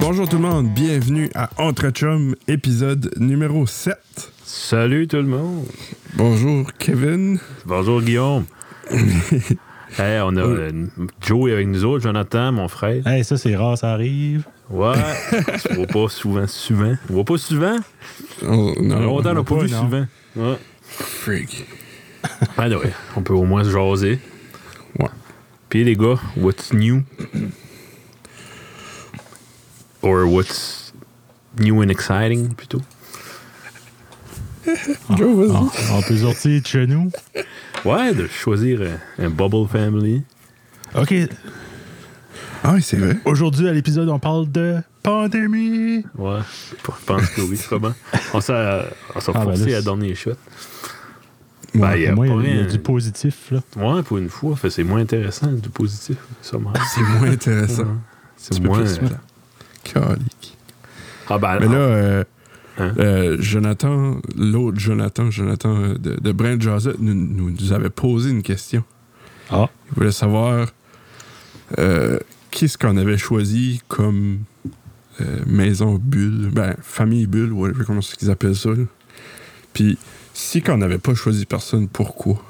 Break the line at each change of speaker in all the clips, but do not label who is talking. Bonjour tout le monde, bienvenue à Entre Chum, épisode numéro 7.
Salut tout le monde.
Bonjour Kevin.
Bonjour Guillaume. hey, on a euh, Joe est avec nous autres, Jonathan, mon frère.
Hey, ça, c'est rare, ça arrive.
Ouais. on se voit pas souvent, souvent. On voit pas souvent.
Oh,
On a longtemps on n'a pas
pas,
vu
non.
souvent. Ouais.
Freak.
Ah ouais, on peut au moins se jaser.
Ouais.
Puis les gars, what's new? Or what's new and exciting plutôt?
Joe, vas-y.
On, Ah, on peut sortir de chez nous.
Ouais, de choisir euh, un Bubble Family.
OK,
Ah oui, c'est vrai.
aujourd'hui, à l'épisode, on parle de pandémie.
Ouais, je pense que oui, c'est bon. On s'est euh, on s'est
Ah, ben
forcé
là,
à
c'est-
donner les shots.
Au
Ben, y a
moins,
pas
il y a
rien-
du positif, là.
Ouais, pour une fois, fait, c'est moins intéressant, du positif, somehow.
C'est moins intéressant.
C'est moins.
plus plat. Calique.
Ah, ben,
Mais là, euh,
Hein?
euh, Jonathan, l'autre Jonathan, Jonathan euh, de, de Brand Josette, nous, nous, nous avait posé une question.
Ah,
Il voulait savoir euh, qu'est-ce qu'on avait choisi comme euh, maison bulle, ben, famille bulle, whatever, comment c'est qu'ils appellent ça. là. Puis, si qu'on n'avait pas choisi personne, pourquoi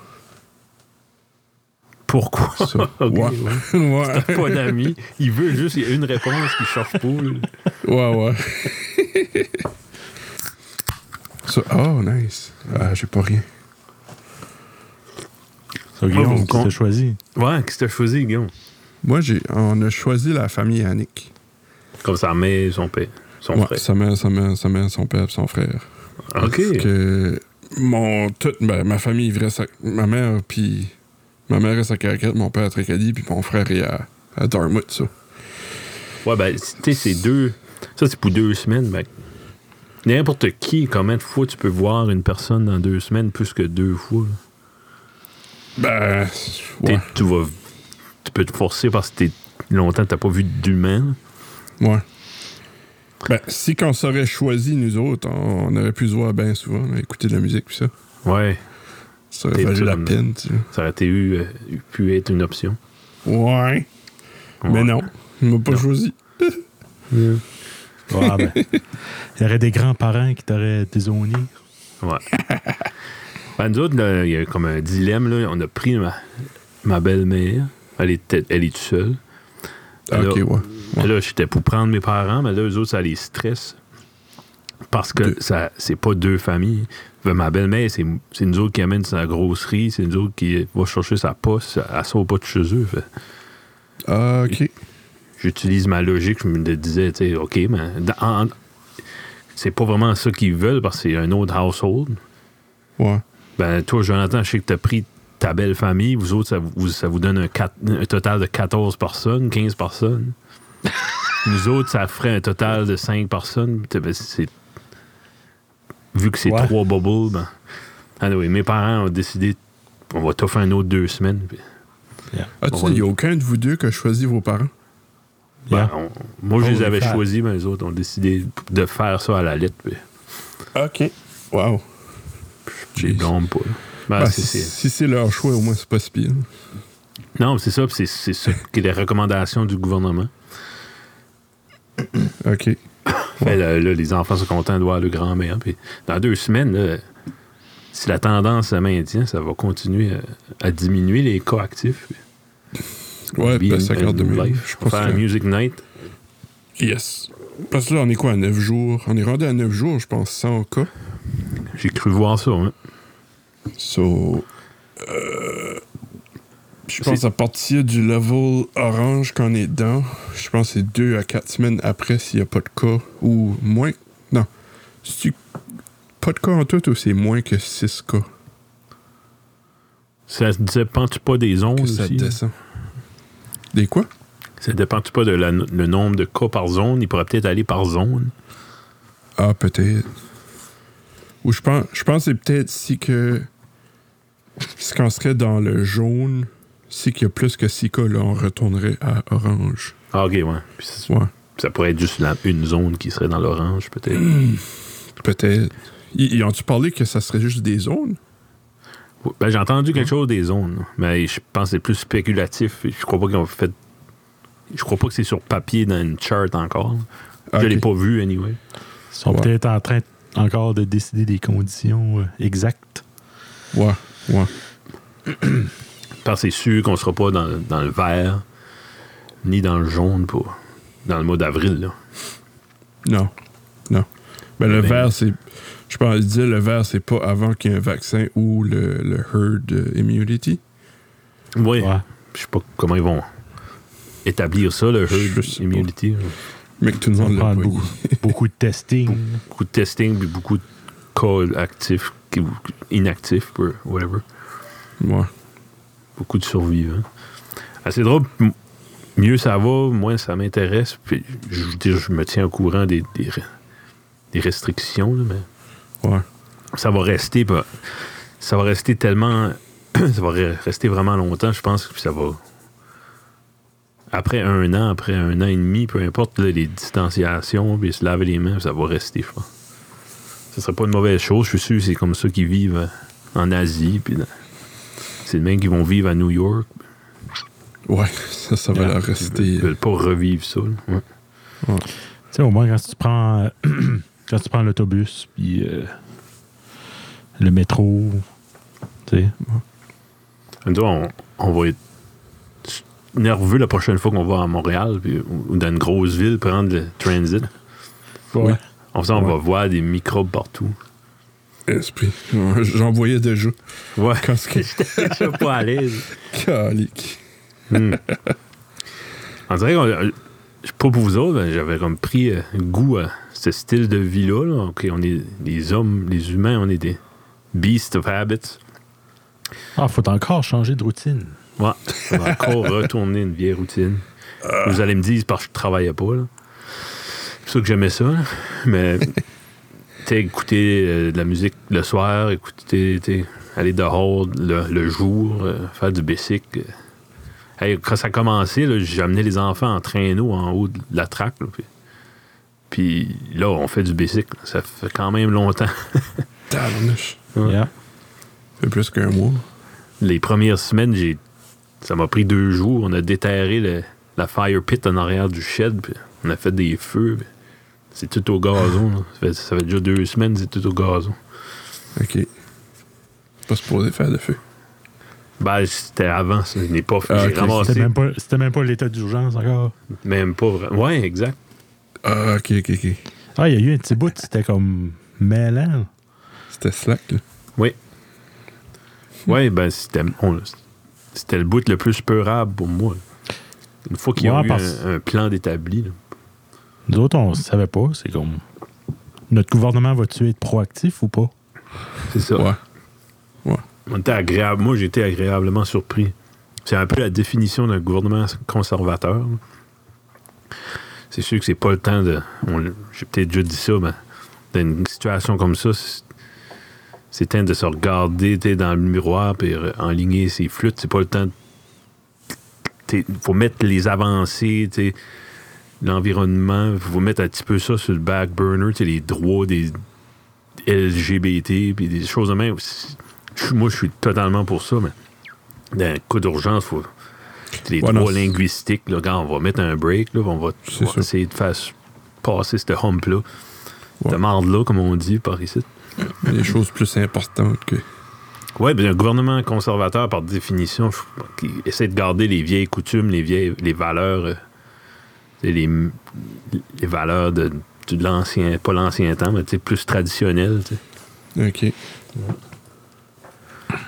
pourquoi?
ça?
Ok,
ouais.
ouais.
ouais,
Pas d'amis. Il veut juste il y a une réponse qui chauffe pas. là.
ouais, ouais. Ça- oh, nice. Ah, j'ai pas rien.
ça,
Moi,
Guillaume,
vous
qui
con-
t'a choisi.
Ouais, qu'est-ce que t'as choisi, Guillaume?
Moi, j'ai, on a choisi la famille Annick.
Comme sa mère, son père, son
ouais,
frère.
sa mère, sa mère, sa mère, son père, son frère.
OK.
Parce que mon, toute ma, ma famille vivait sa- ma mère puis ma mère est à Caracat, mon père à Tracadie, puis mon frère est à, à Dartmouth, ça.
Ouais, ben, tu sais, c'est deux. Ça, c'est pour deux semaines, mec. N'importe qui, combien de fois tu peux voir une personne dans deux semaines plus que deux fois? là?
Ben,
T'sais,
ouais,
Tu vas. Tu peux te forcer parce que t'es longtemps t'as pas vu d'humain.
ouais. Ben, si qu'on s'aurait choisi nous autres, on, on aurait pu se voir bien souvent, là, écouter de la musique puis ça.
là. Ouais.
Ça aurait
T'es
valu la
tout-
peine, tu sais.
Ça aurait été eu, euh, pu être une option.
Ouais. Mais
Ouais.
non, il m'a pas
Non.
choisi.
Ah, ben, il y aurait des grands-parents qui t'auraient dézoné.
Ouais. Ben, nous autres, là, il y a comme un dilemme. Là. On a pris ma, ma belle-mère. Elle est, elle est toute seule.
Ah,
Alors,
ok, ouais.
Et Là, j'étais pour prendre mes parents, mais là, eux autres, ça les stresse. Parce que
Deux.
ça c'est pas deux familles. Ben, ma belle-mère, c'est c'est nous autres qui amène sa grosserie, c'est nous autres qui va chercher sa poste, elle sort pas de chez eux. Fait.
Ah, ok.
j'utilise ma logique, je me disais, tu sais, OK, mais dans- en- c'est pas vraiment ça qu'ils veulent parce que c'est un autre household.
Ouais.
Ben, toi, Jonathan, je sais que t'as pris ta belle famille, vous autres, ça vous, ça vous donne un, quat- un total de 14 personnes, 15 personnes. Nous autres, ça ferait un total de 5 personnes. T'as- ben, c'est- Vu que c'est
Ouais.
trois bubbles, ben. Anyway, mes parents ont décidé, on va t'offrir un autre deux semaines. puis-
Ah, tu sais, il n'y a aucun de vous deux que choisi vos parents.
Ben,
Yeah.
on- moi, je
Oh,
les
les
avais
frères.
choisis, mais les autres ont décidé de faire ça à la lettre. puis
OK. Wow.
Je les blâme pas. là. Ben,
Ben,
c'est-
si
c'est-
si c'est leur choix, au moins, c'est pas si pire.
Non, c'est ça, puis c'est c'est ça qui est les recommandations du gouvernement.
OK.
Fait, Ben, là, là, les enfants sont contents de voir le grand-mère. puis Dans deux semaines, là, si la tendance se maintient, ça va continuer à, à diminuer les cas actifs. puis
Ouais,
be
ben,
in-
ça garde de
in
mieux.
life.
Je
On va
pense
faire un
que-
Music Night.
Yes. Parce que là, on est quoi, à 9 jours? On est rendu à 9 jours, je pense, 100 cas.
J'ai cru voir ça. hein.
So... euh, Je pense
C'est-
à partir du level orange qu'on est dedans, je pense que c'est 2 à 4 semaines après s'il n'y a pas de cas, ou moins... Non. Si pas de cas en tout, ou c'est moins que 6 cas
Ça dépend-tu pas des zones
que ça
aussi? hein. là?
descend? Des quoi?
Ça dépend-tu pas de la- le nombre de cas par zone? Il pourrait peut-être aller par zone.
Ah, peut-être. Ou je pense, je pense que c'est peut-être si que. Si qu'on serait dans le jaune, si qu'il y a plus que 6 cas, là, on retournerait à orange.
Ah, ok, ouais. Puis ça-
Ouais,
Ça pourrait être juste la- une zone qui serait dans l'orange, peut-être.
peut-être. Ils, ils ont-tu parlé que ça serait juste des zones?
Ben, j'ai entendu
Mhm.
quelque chose des zones, là. mais je pense que c'est plus spéculatif. Je crois pas qu'ils ont fait. Je crois pas que c'est sur papier dans une chart encore. Je
Ok.
l'ai pas vu, anyway.
Ils sont
Ouais.
peut-être en train encore de décider des conditions euh, exactes.
Ouais, ouais.
Parce que c'est sûr qu'on sera pas dans, dans le vert, ni dans le jaune, pour, dans le mois d'avril. là.
Non. Non. Ben, le
Ben-
vert, c'est. Je pense qu'il disait le vert, c'est pas avant qu'il y ait un vaccin ou le, le herd euh, immunity.
Oui.
Ouais.
Je sais pas comment ils vont établir ça, le
Je
herd
sais pas.
immunity.
Mais que tout le
Ça
monde l'a
prend
pas
beaucoup, beaucoup de testing.
Beaucoup de testing, puis beaucoup de cas actifs, qui- inactifs, ou whatever.
Ouais.
Beaucoup de survivants. Ah, c'est drôle. m- Mieux ça va, moins ça m'intéresse. Puis je veux dire, je me tiens au courant des, des, re- des restrictions, là, mais
Ouais.
ça va rester. pas- Ça va rester tellement. ça va re- rester vraiment longtemps, je pense, que ça va. Après un an, après un an et demi, peu importe là, les distanciations, puis se laver les mains, ça va rester, je pense. Ce serait pas une mauvaise chose, je suis sûr, c'est comme ça qu'ils vivent euh, en Asie, puis dans- c'est le même qu'ils vont vivre à New York.
Ouais. Ça, ça va
Ah,
leur
Ils
rester. euh,
veulent pas revivre ça. là. Ouais.
Tu sais, au moins, quand tu prends, euh, quand tu prends l'autobus, puis euh, le métro, tu sais,
Nous autres, On, on va être nerveux la prochaine fois qu'on va à Montréal puis- ou ou dans une grosse ville prendre le transit.
Ouais.
Comme ça, on
Ouais.
va voir des microbes partout.
Esprit. Ouais, J'en voyais déjà.
Ouais.
Quand ce que.
Je suis pas à l'aise.
Calique.
Hmm. On dirait qu'on. euh, Je sais pas pour vous autres, mais j'avais comme pris euh, goût à ce style de vie-là. là. OK, on est des hommes, les humains, on est des beasts of habits.
ah, faut encore changer de routine.
Ouais, on va encore retourner une vieille routine. Vous allez me dire, c'est parce que je travaillais pas. là. C'est sûr que j'aimais ça, là. mais tu sais, écouter euh, de la musique le soir, écouter, tu sais, aller dehors le, le jour, euh, faire du basic. euh. Hey, quand ça a commencé, là, j'amenais les enfants en traîneau en haut de la traque. là, puis, puis là, on fait du basic. là. Ça fait quand même longtemps.
Tabarnouche.
Ouais.
Yeah.
Fait plus qu'un mois.
Les premières semaines, j'ai ça m'a pris deux jours. On a déterré le- la fire pit en arrière du shed. puis on a fait des feux. puis C'est tout au gazon. là. Ça fait, ça fait déjà deux semaines, c'est tout au gazon.
Ok. Pas supposé faire de feu.
Ben, c'était avant, ça. Je n'ai pas fait.
Ah,
j'ai
ok,
ramassé.
C'était même
Même...
pas, c'était même pas l'état d'urgence encore.
pas vrai. Ouais, exact.
Ah, ok, ok, ok.
Ah, il y a eu un petit bout, c'était comme mêlant.
C'était slack, là.
Oui. Ouais, ben, c'était on- c'était le bout le plus peurable pour moi. Une fois qu'ils ont
Ouais,
eu
parce-
un, un plan d'établi. là.
Nous autres, on savait pas. C'est comme. Notre gouvernement va-tu être proactif ou pas?
C'est ça.
Ouais.
On était agréable. Moi, j'étais agréablement surpris. C'est un peu la définition d'un gouvernement conservateur. là. C'est sûr que c'est pas le temps de. on l- J'ai peut-être déjà dit ça, mais dans une situation comme ça, c'est- c'est le temps de se regarder t'es dans le miroir et enligner ses flûtes. C'est pas le temps. Il faut mettre les avancées, t'sais, l'environnement, faut mettre un petit peu ça sur le back burner, t'sais, les droits des LGBT, puis des choses de même. C'est- je suis- moi, je suis totalement pour ça, mais d'un coup d'urgence, faut. Les
Ouais, non,
droits
c'est-
linguistiques, là, gars, on va mettre un break, là, on va
C'est
on va
sûr.
essayer de faire s- passer ce hump-là.
Ouais.
De marde-là, comme on dit par ici.
Des choses plus importantes que.
Oui, bien, un gouvernement conservateur, par définition, je- qui essaie de garder les vieilles coutumes, les vieilles les valeurs, euh, et les, les valeurs de, de l'ancien, pas l'ancien temps, mais tu sais, plus traditionnelles. tu sais.
Ok.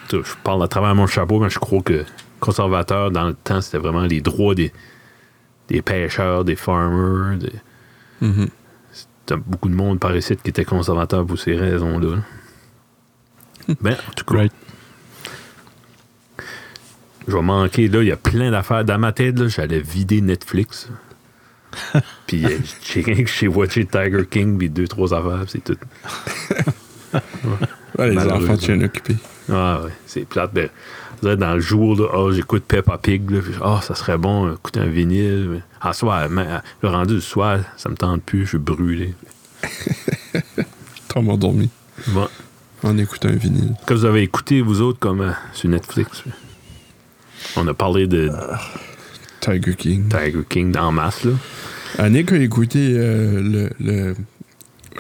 Tu sais, Je parle à travers mon chapeau, mais je crois que conservateur, dans le temps, c'était vraiment les droits des, des pêcheurs, des farmers. des-
Mhm.
T'as beaucoup de monde par ici qui était conservateur pour ces raisons-là. là. Ben, en tout cas,
Right.
je vais manquer. Là, il y a plein d'affaires. Dans ma tête, là, j'allais vider Netflix. puis euh, j'ai rien que j'ai watché Tiger King, puis deux, trois affaires, puis c'est tout.
Ouais, les
Malheureusement.
enfants tiennent occupés.
Ah ouais, c'est plate. Ben, vous êtes dans le jour, là, Ah, j'écoute Peppa Pig, là, puis, ah, ça serait bon, euh, écouter un vinyle. mais À soir, mais, à- le rendu du soir, ça me tente plus, je suis brûlé.
Tom a dormi.
Bon.
en écoutant un vinyle.
Que vous avez écouté, vous autres, comme euh, sur Netflix. On a parlé de
Tiger King.
Tiger King en masse, là.
Annick a écouté euh, le. le-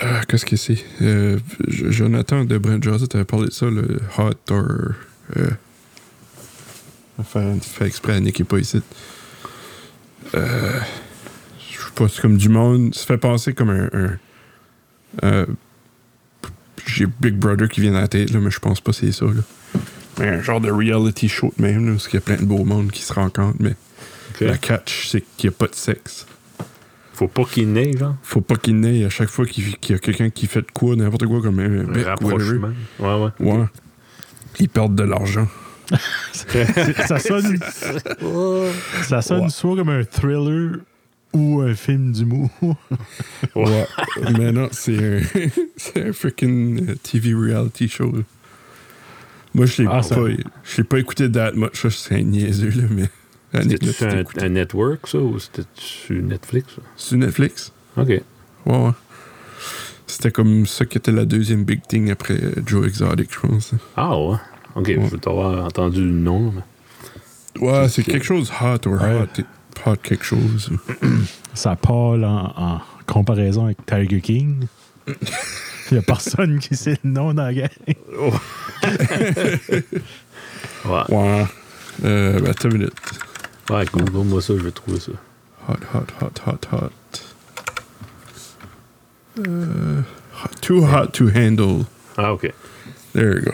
ah, Qu'est-ce que c'est Euh, J- Jonathan de Brent Josette avait parlé de ça, le Hot or. euh, on va faire, faire exprès, Annick n'est pas ici. Euh, Je sais pas, c'est comme du monde. Ça fait passer comme un. un- euh, J'ai Big Brother qui vient à la tête, là, mais je pense pas que c'est ça. Là. Mais un genre de reality show de même, là, parce qu'il y a plein de beaux mondes qui se rencontrent, mais la catch, c'est qu'il n'y a pas de sexe
Faut pas qu'il naît, genre.
faut pas qu'il n'ait à chaque fois qu'il qu'il y a quelqu'un qui fait de quoi, n'importe quoi, comme un
Un
bec ou whatever.
rapprochement. Ouais, ouais.
Ouais. Ils perdent de l'argent.
C'est- ça sonne, ça sonne
Ouais.
soit comme un thriller ou un film d'humour.
Ouais.
Mais non, c'est un, c'est un freaking euh, TV reality show. là. Moi, je l'ai
Ah, ça-
pas, je l'ai pas écouté that much. Ça, c'est un niaiseux, là, mais. Annick l'a
C'était-tu
tout
un,
écouté.
un network, ça, ou c'était sur Netflix? ça?
Sur Netflix?
OK.
Ouais, ouais. C'était comme ça qui était la deuxième big thing après euh, Joe Exotic, je pense.
Ah, ouais. OK,
Ouais.
je veux t'avoir entendu le nom. mais-
Ouais, c'est
Ok.
quelque chose hot or
Ouais.
hot. Hot quelque chose.
Ça parle en, en comparaison avec Tiger King. Il n'y a personne qui sait le nom dans la gang.
Ouais.
Ouais. Euh, ben, attends une minute.
Ouais, Google, moi, ça, je vais trouver ça.
Hot, hot, hot, hot, hot. Uh, hot- too hot to handle.
Ah, OK.
There you go.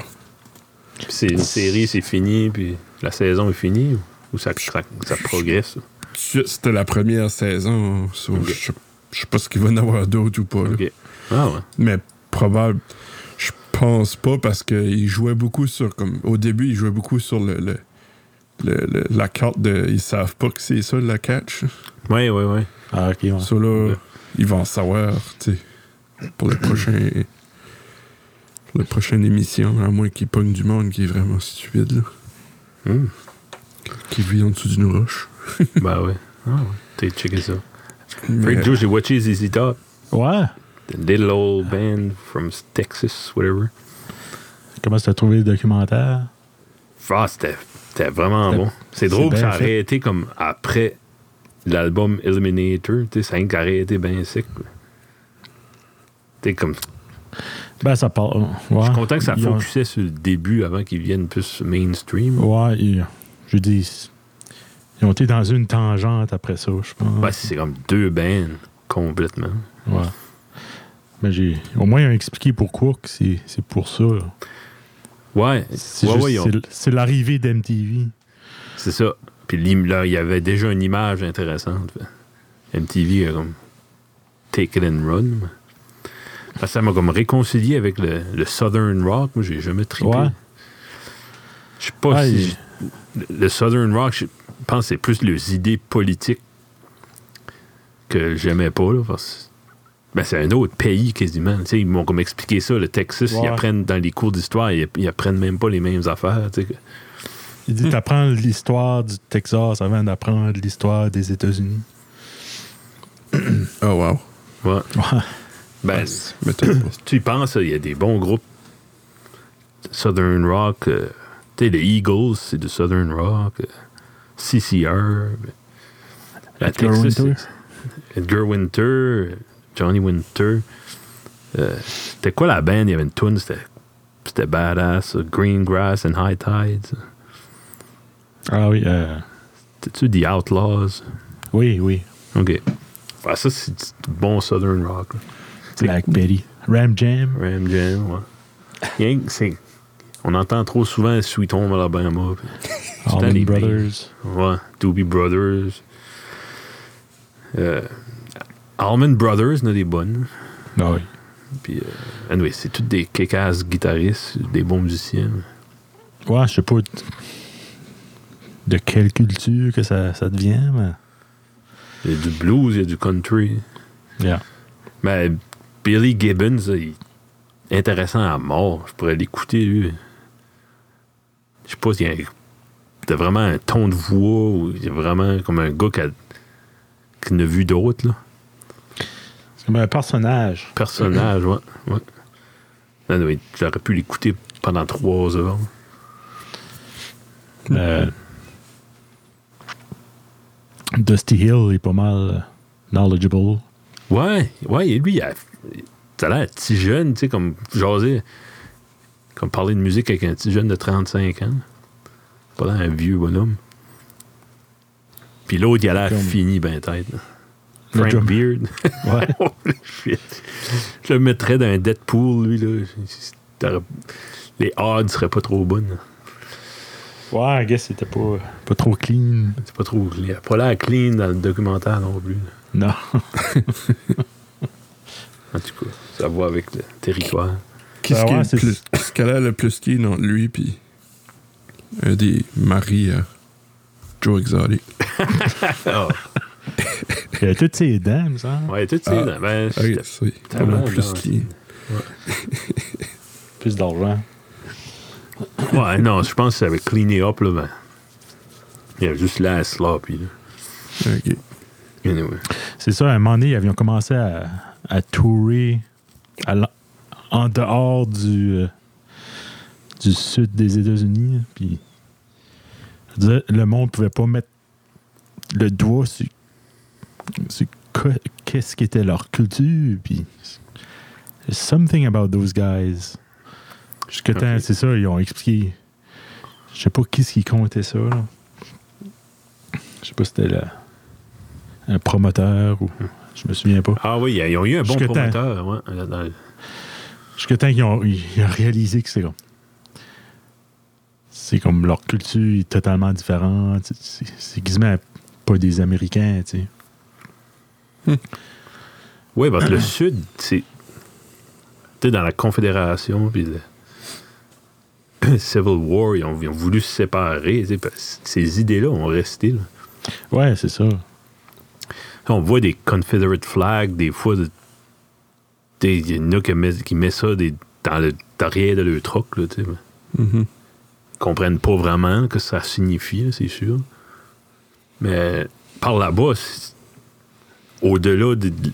Puis c'est une série, c'est fini, puis la saison est finie, ou- ou ça, ça, ça progresse? ça?
Ça, C'était la première saison. so
Ok.
je, je sais pas s'il va en avoir d'autres ou pas. là.
OK. Ah, ouais.
Mais probable. Je pense pas parce qu'il jouait beaucoup sur. comme Au début, il jouait beaucoup sur le, le- le- le- la carte de. Ils savent pas que c'est ça la catch.
Ouais, ouais, ouais.
Ah, ok, ouais.
Ça là,
Ouais.
ils vont en savoir, tu sais, pour le prochain. pour la prochaine émission, à moins qu'ils pognent du monde qui est vraiment stupide, là,
Hmm.
qui vit en dessous d'une roche.
ben, ouais. Ah, ouais. T'es checké ça.
Mais-
Frank Joe, j'ai watché ZZ Top.
Ouais.
The little old
Ah.
band from Texas, whatever.
Comment tu as trouvé le documentaire?
Ah, c'était c'était vraiment
C'était-
bon. C'est
c'est
drôle que
bien
ça aurait
fait.
été comme après l'album Eliminator. Tu sais, ça aurait été bien sec. là. Tu sais, comme,
Ben, ça parle. ouais.
je suis content que ça
Ils ont-
focusait sur le début avant qu'ils viennent plus mainstream.
Ouais, ils- je dis. Ils ont été dans une tangente après ça, je pense.
Ben, c'est comme deux bands complètement.
Ouais. Mais j'ai. Au moins, ils ont expliqué pourquoi que c'est c'est pour ça. là.
Ouais,
C'est
ouais,
juste-
ouais, ils ont-
c'est l- c'est l'arrivée d'MTV.
c'est ça. Puis l'im- là, il y avait déjà une image intéressante. Fait, MTV a comme Take It and Run. Parce que ça m'a comme réconcilié avec le, le Southern Rock. Moi, j'ai jamais trippé.
Ouais.
Je sais pas
Ah,
si.
il-
j- le- Le Southern Rock, je pense que c'est plus les idées politiques que j'aimais pas, là, parce que- ben, c'est un autre pays quasiment. Tu sais, ils m'ont comme expliqué ça, le Texas,
Ouais.
ils apprennent dans les cours d'histoire, ils, ils apprennent même pas les mêmes affaires. tu sais, que-
Il
Hmm.
dit t'apprends l'histoire du Texas avant d'apprendre l'histoire des États-Unis.
Oh wow.
ouais.
Ouais.
Ben,
Mais t'as pas-
tu y penses, il y a des bons groupes. Southern Rock, euh, tu sais, les Eagles, c'est du Southern Rock, euh, CCR. ben, la
Edgar
Texas,
Winter.
c'est- Edgar Winter, euh, Johnny Winter. Euh, c'était quoi la band? Il y avait une tune, c'était, c'était badass. euh, Green Grass and High Tides.
Ah oui, euh,
C'était-tu The Outlaws?
oui, oui.
OK. Ouais, ça, c'est du bon Southern Rock. là. C'est-
Black Betty. Ram Jam.
Ram Jam, ouais. Rien que c'est- On entend trop souvent Sweet Home Alabama. puis-
Allman
les
Brothers.
Ouais, Doobie Brothers. Euh, Allman Brothers, il y en a des bonnes.
Ah oui.
Puis, euh, anyway, c'est tous des kick-ass guitaristes, des bons musiciens.
Ouais, je sais pas t- de quelle culture que ça, ça devient, mais.
Il y a du blues, il y a du country.
Yeah.
Mais Billy Gibbons, là, il est intéressant à mort. Je pourrais l'écouter, lui. Je sais pas s'il y a un- t'as vraiment un ton de voix ou il est vraiment comme un gars qui, a- qui n'a vu d'autres, là.
C'est comme un personnage.
Personnage, ouais. ouais. Ah, non, mais J'aurais pu l'écouter pendant trois heures.
Euh, Dusty Hill est pas mal euh, knowledgeable.
Ouais, ouais, et lui, il a, ça a l'air petit jeune, tu sais, comme jaser, comme parler de musique avec un petit jeune de 35 ans. Pas l'air un vieux bonhomme. Puis l'autre, il a l'air
Comme-
fini ben tête. là.
Le
Frank
drum-
Beard.
Ouais.
Holy shit. Je le mettrais dans un Deadpool, lui, là. T'aurais- Les odds seraient pas trop bonnes. là.
ouais, I guess c'était pas, euh, pas trop clean.
C'est pas trop. Il a pas l'air clean dans le documentaire non plus. là.
Non.
En tout cas, ça va avec le territoire.
Qu'est-ce
Ben
qui est
ouais,
le
c'est-
plus- qu'est-ce qu'elle a le plus qui est entre lui puis un des maris à Joe Exotic?
Ah,
Il a toutes ses dents, il me semble.
ouais, tu sais,
Ah.
ben,
Ah, oui,
j'étais-
c'est
Ah,
le
ouais,
plus
non,
qui.
Plus d'argent.
Ouais, non, je pense que ça avait cleané up, là, ben. Il y avait juste l'air sloppy, là.
Ok.
Anyway.
C'est ça, à un moment donné, ils avaient commencé à, à tourer à l'en- en dehors du, euh, du sud des États-Unis. Puis, je veux dire, le monde pouvait pas mettre le doigt sur, sur co- qu'est-ce qui était leur culture. Puis, there's something about those guys. Jusque temps,
Ok.
c'est ça, ils ont expliqué. Je sais pas qui ce qui comptait ça. là. Je sais pas si c'était le- un promoteur ou. Je me souviens pas.
Ah oui, ils ont eu un bon
Jusque temps.
promoteur, ouais. là, dans-
Jusque temps qu'ils ont, ils ont réalisé que c'est comme. C'est comme leur culture est totalement différente. C'est- C'est c'est quasiment pas des Américains, tu sais.
Oui, parce que le Sud, c'est. Tu sais, dans la Confédération, puis le Civil War, ils ont, ils ont voulu se séparer, tu sais, parce que ces idées-là ont resté, là.
Ouais, c'est ça.
On voit des Confederate flags, des fois, de- tu sais, il y en a qui mettent qui mettent ça des- dans le derrière de leur truck, là, tu sais.
Mhm.
comprennent pas vraiment que ça signifie, là, c'est sûr. Mais par là-bas, c'est- au-delà de. de- de-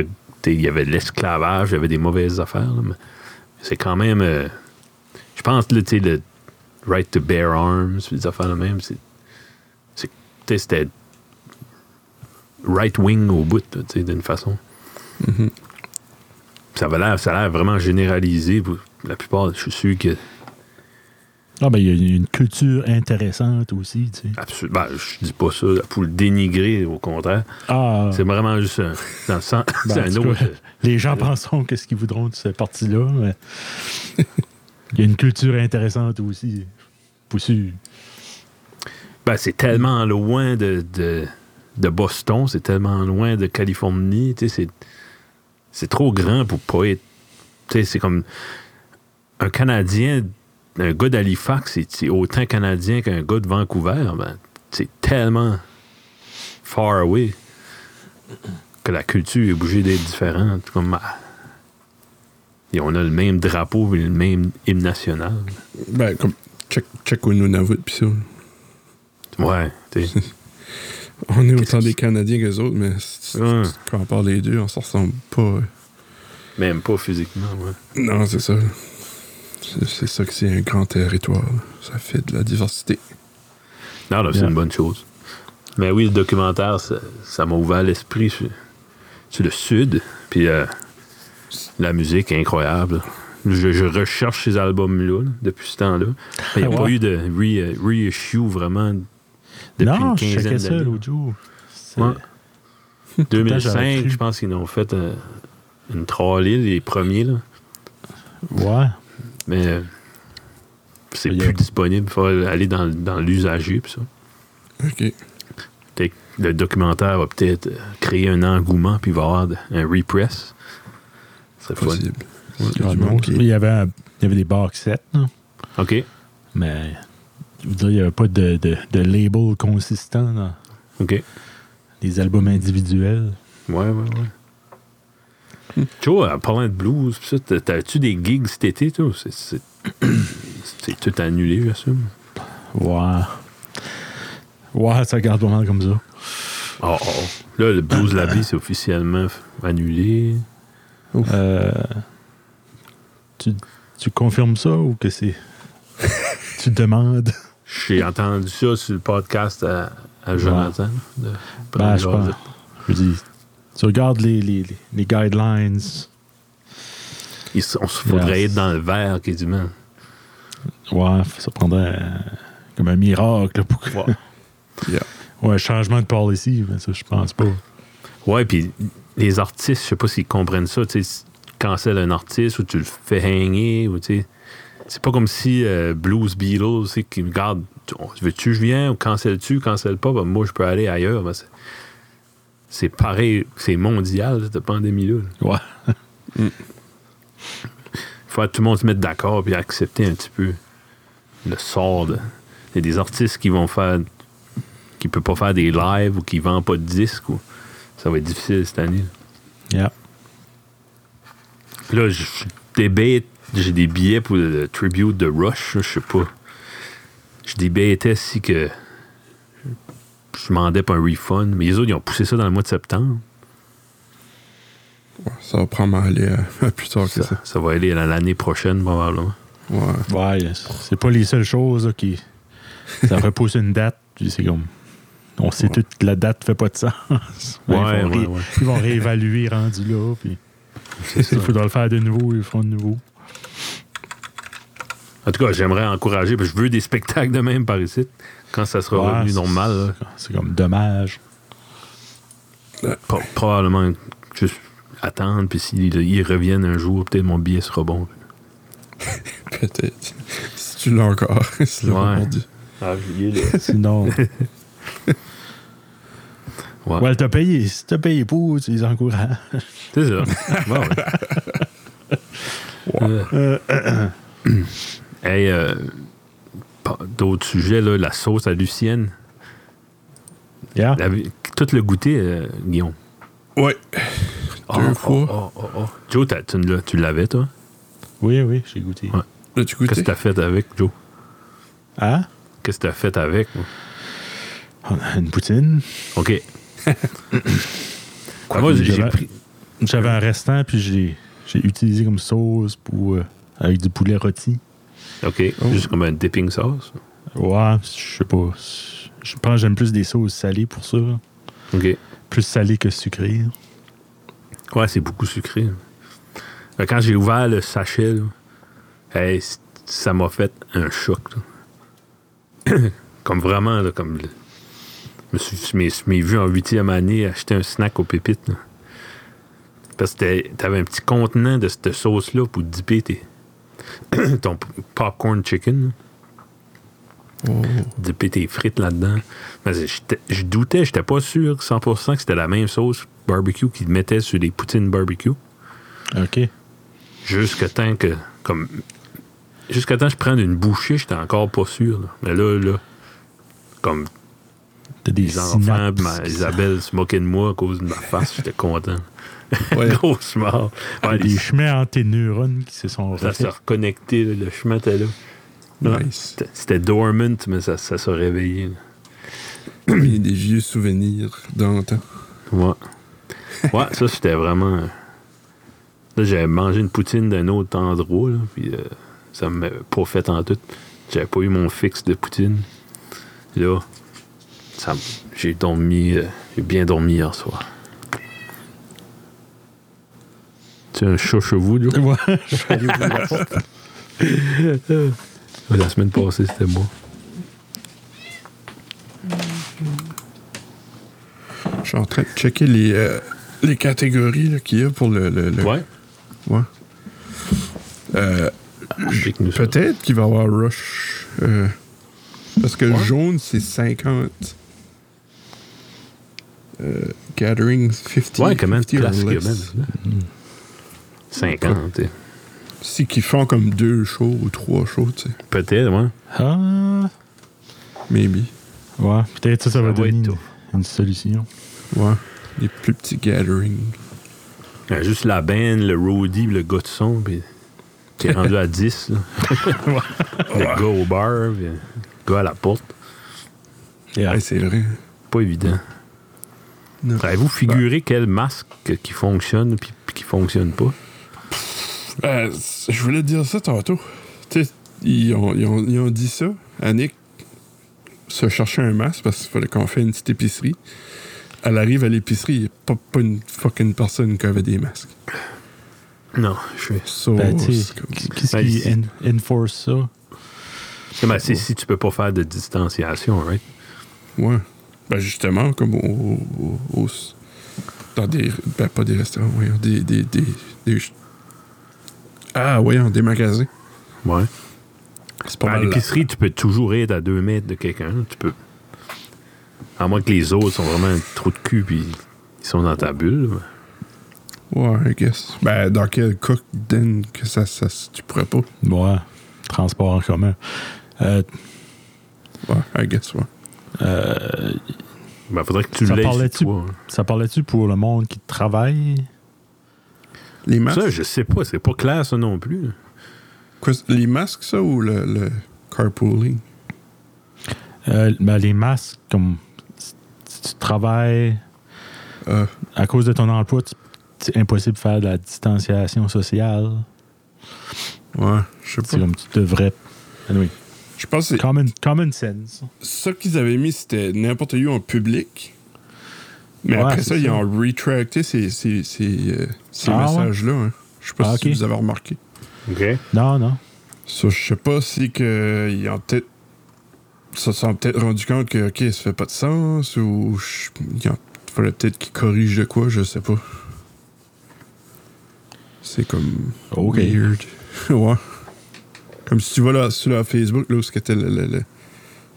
de- Il y avait de l'esclavage, il y avait des mauvaises affaires, là, mais c'est quand même. euh, je pense, là, tu sais, le right to bear arms, puis des affaires de même, c'est. c'est- tu sais, C'était right-wing au bout, là, tu sais, d'une façon.
Mhm.
Ça, avait l'air- ça a l'air vraiment généralisé. pour La plupart, je suis sûr que
Ah, ben, il y a une culture intéressante aussi, tu sais.
Absolument. ben, je dis pas ça pour le dénigrer, au contraire.
Ah,
C'est vraiment juste un, dans le sens,
ben,
c'est
en
un
tout
autre. euh,
cas, les gens penseront qu'est-ce qu'ils voudront de cette partie-là, mais il y a une culture intéressante aussi. Poussu.
Ben, c'est tellement loin de, de, de Boston, c'est tellement loin de Californie. tu sais, C'est, c'est trop grand pour pas être. tu sais, C'est comme un Canadien, un gars d'Halifax, c'est, c'est autant Canadien qu'un gars de Vancouver. ben, c'est tellement far away que la culture est obligée d'être différente. Comme, ah, et on a le même drapeau et le même hymne national.
Ben, comme check, check au Nunavut, pis ça.
Ouais, tu sais.
On est
Qu'est-ce
autant
que-
des Canadiens que les autres, mais c'est-
Ouais.
c'est- quand on parle des deux, on s'en ressemble pas. euh.
même pas physiquement. Ouais.
Non, c'est ça. C'est c'est ça que c'est un grand territoire. là. Ça fait de la diversité.
Non, là, c'est
Yeah.
une bonne chose. Mais oui, le documentaire, ça ça m'a ouvert l'esprit sur, sur le Sud. Puis euh, la musique est incroyable. Je, je recherche ces albums-là là, depuis ce temps-là. Mais Il n'y a
Ah
pas
ouais.
eu de re- euh, reissue vraiment depuis
non,
une
je checkais
quinzaine
ça
d'années.
l'autre jour. C'est-
Ouais.
Pourtant, j'aurais
2005,
cru.
je pense qu'ils ont fait euh, une trolley, les premiers. Là.
ouais.
Mais euh, c'est
Il y a-
plus disponible. Il faut aller dans, dans l'usager. puis ça.
OK.
Peut-être que le documentaire va peut-être euh, créer un engouement puis il va y avoir de- un repress. Ce serait fun.
Possible. Ouais, il y a
Ah,
du
non,
monde qui-
Il y avait, un- il y avait des box sets, là,
OK.
mais je veux dire, il n'y avait pas de, de, de label consistant dans
OK.
les albums individuels.
Ouais, ouais, ouais. Joe, en parlant de blues, pis ça, t'as- t'as-tu des gigs cet été, toi? C'est- C'est c'est tout annulé, j'assume.
Ouais. Ouais, ça garde pas mal comme ça.
Oh, oh. Là, le Blues Labby, c'est officiellement f- annulé.
Euh, tu Tu confirmes ça ou que c'est. tu demandes.
J'ai entendu ça sur le podcast à, à Jonathan. de-
Ben, je pense. Je veux dire, tu regardes les, les, les- les guidelines.
Il s- on se faudrait
Yes.
être dans le verre quasiment.
Ouais, ça prendrait euh, comme un miracle là, pour que-
Ouais.
Yeah.
Ouais, changement de policy, mais ça, je pense pas.
Ouais, puis les artistes, je sais pas s'ils comprennent ça. Tu sais, si tu cancelles un artiste ou tu le fais hanger. Ou, tu sais, c'est pas comme si euh, Blues Beatles, c'est qui regarde, veux-tu que je viens ou cancelles-tu, cancelle pas, ben, moi je peux aller ailleurs. Ben, c'est- c'est pareil, c'est mondial cette pandémie-là. là.
Ouais.
faut que tout le monde se mette d'accord puis accepter un petit peu le sort. de- Il y a des artistes qui vont faire qui peuvent pas faire des lives ou qui vendent pas de disques. ou- Ça va être difficile cette année.
Yeah.
Là, je je débate, j'ai des billets pour le tribute de Rush, là, je sais pas. Je débattais si que je demandais pas un refund, mais les autres ils ont poussé ça dans le mois de septembre.
Ça va probablement aller euh, à, à plus tard que
Ça,
ça.
ça va aller à l'année prochaine probablement.
Ouais.
Ouais, c'est pas les seules choses là, qui. Ça repousse une date, puis c'est comme. On sait tout que la date fait pas de sens.
Ouais,
ils, vont
ouais,
ré-
ouais.
ils vont réévaluer rendu là, puis
ça.
s'il faudra le faire de nouveau, ils le feront de nouveau.
En tout cas, j'aimerais encourager, parce que je veux des spectacles de même par ici. Quand ça sera
Ouais,
revenu
c'est-
normal, là.
C'est comme dommage.
Pro- probablement juste attendre, puis s'ils ils reviennent un jour, peut-être mon billet sera bon.
Peut-être. si tu l'as encore. si tu l'as
Ouais.
encore dit.
Sinon.
Ouais.
Ouais, t'as payé. Si t'as payé pour, tu les encourages.
C'est ça. Bon, ouais. Euh,
Euh,
hey, euh, par- d'autres sujets, là, la sauce à Lucienne.
yeah.
La- tout le goûter, euh, Guillaume.
Ouais. Deux fois.
oh, oh, oh. Joe, t'as- tu, l'as- tu l'avais, toi?
Oui, oui, j'ai goûté.
Ouais.
Là, tu
Qu'est-ce
goûté?
que t'as fait avec, Joe?
Hein?
Qu'est-ce que t'as fait avec? moi?
On a Ah, une poutine.
OK. Moi,
que
j'ai
j'aurais-
pris...
J'avais un restant, puis j'ai, j'ai utilisé comme sauce pour, euh, avec du poulet rôti.
OK,
Oh.
juste comme un dipping sauce.
Ouais, je sais pas. Je pense que j'aime plus des sauces salées pour ça.
OK.
Plus salées que sucrées.
Ouais, c'est beaucoup sucré. là. Fait Quand j'ai ouvert le sachet, là, hey, c- ça m'a fait un choc. là. comme vraiment, là, comme. le- Je me suis- je m'ai- je m'ai vu en huitième année acheter un snack aux pépites. là. Parce que t'avais- t'avais un petit contenant de cette sauce-là pour dipper tes- ton p- popcorn chicken. là
Oh.
de péter frites là-dedans. Mais j'étais- je doutais, j'étais pas sûr 100% que c'était la même sauce barbecue qu'ils mettaient sur les poutines barbecue.
OK.
Jusqu'à temps que. comme Jusqu'à temps que je prenne une bouchée, j'étais encore pas sûr. là. Mais là, là, comme
T'as des
les enfants, ben,
synapses
puis ma-
qui-
Isabelle se moquait de moi à cause de ma face, j'étais content.
Ouais.
Grosse mort. Ouais,
des
les-
chemins entre tes neurones qui se sont
ça s'est
refaits.
reconnecté, là, le chemin était là. Ouais.
Nice.
C'était- C'était dormant, mais ça, ça s'est réveillé. là.
Il y a des vieux souvenirs d'antan.
Ouais. Ouais, ça, c'était vraiment. euh, Là, j'avais mangé une poutine d'un autre endroit, là, puis euh, ça me pas fait en tout. J'avais pas eu mon fixe de poutine. Et là, ça, m- j'ai dormi. euh, j'ai bien dormi hier soir. Tu as un chat chevaux, là?
Ouais.
La semaine passée, c'était moi.
Je suis en train de checker les, euh, les catégories là, qu'il y a pour le. le- le-
Ouais?
Ouais. Euh,
Explique-nous ça.
Peut-être qu'il va y avoir Rush. euh, parce que jaune, c'est 50. Euh, Gathering, 50.
Ouais, comment tu
50 or
places qu'il y a
less.
même, là? 50, tu sais.
Si qu'ils font comme deux shows ou trois shows, tu sais.
Peut-être, ouais.
Ah.
Maybe.
Ouais, peut-être ça, ça,
Ça
va
va être
donner une,
tout.
une solution.
Ouais. Les plus petits gatherings.
Ouais, juste la bande, le roadie, puis le gars de son, puis t'es rendu à 10. là. le gars au bar, puis le gars à la porte.
Yeah.
Ouais, c'est vrai.
Pas évident.
Non.
Avez-vous figuré quel masque qui fonctionne puis puis qui fonctionne pas?
Euh, c- je voulais te dire ça tantôt. Tu sais, ils ont, ils ont- ils ont dit ça. Annick se cherchait un masque parce qu'il fallait qu'on fasse une petite épicerie. Elle arrive à l'épicerie, il n'y a pas, pas une fucking personne qui avait des masques.
Non, je suis.
So,
Ben,
Oh,
tu sais,
c'est comme-
qu'est-ce
Ben,
qui
c'est-
en- enforce ça?
Ben, c'est si tu peux pas faire de distanciation, right?
Ouais. Ben justement, comme au, au- au- au- dans des. Ben pas des restaurants, voyons. Des. des, des, des- ah, voyons, des magasins.
Ouais.
C'est pas
Ben,
à
mal. là.
l'épicerie, tu peux toujours être à deux mètres de quelqu'un. là. Tu peux. À moins que les autres sont vraiment un trou de cul puis ils sont dans ta bulle. là.
Ouais, I guess. Ben, dans quel cas, Dan, que ça, ça. Tu pourrais pas.
Ouais, transport en commun. Euh,
Ouais, I guess, ouais.
euh,
Ben, faudrait que tu hein.
Ça
laisses
parlait-tu-
toi.
ça parlait-tu pour le monde qui travaille?
Les masques.
Ça, je sais pas. C'est pas clair, ça non plus.
quoi, les masques, ça, ou le, le carpooling?
Euh, ben, les masques, comme si tu travailles
Euh,
à cause de ton emploi, tu- c'est impossible de faire de la distanciation sociale.
ouais, je sais
C'est
pas.
comme tu devrais. Anyway,
Je pense que c'est-
common, common sense.
ça qu'ils avaient mis, c'était n'importe où en public. Mais
Ouais,
après
c'est
ça, ils
ça.
ont retracté ces, ces, ces, euh, ces
Ah, ouais?
messages-là. hein. Je sais pas
Ah,
si
ok.
vous avez remarqué.
OK.
Non, non.
Ça, je sais pas si que ils ont peut-être. Ça se sont peut-être rendu compte que, OK, ça fait pas de sens ou. je- Il en- fallait peut-être qu'ils corrigent de quoi, je sais pas. C'est comme.
OK.
Weird. ouais. Comme si tu vas là, sur leur Facebook, là, où c'était le, le, le,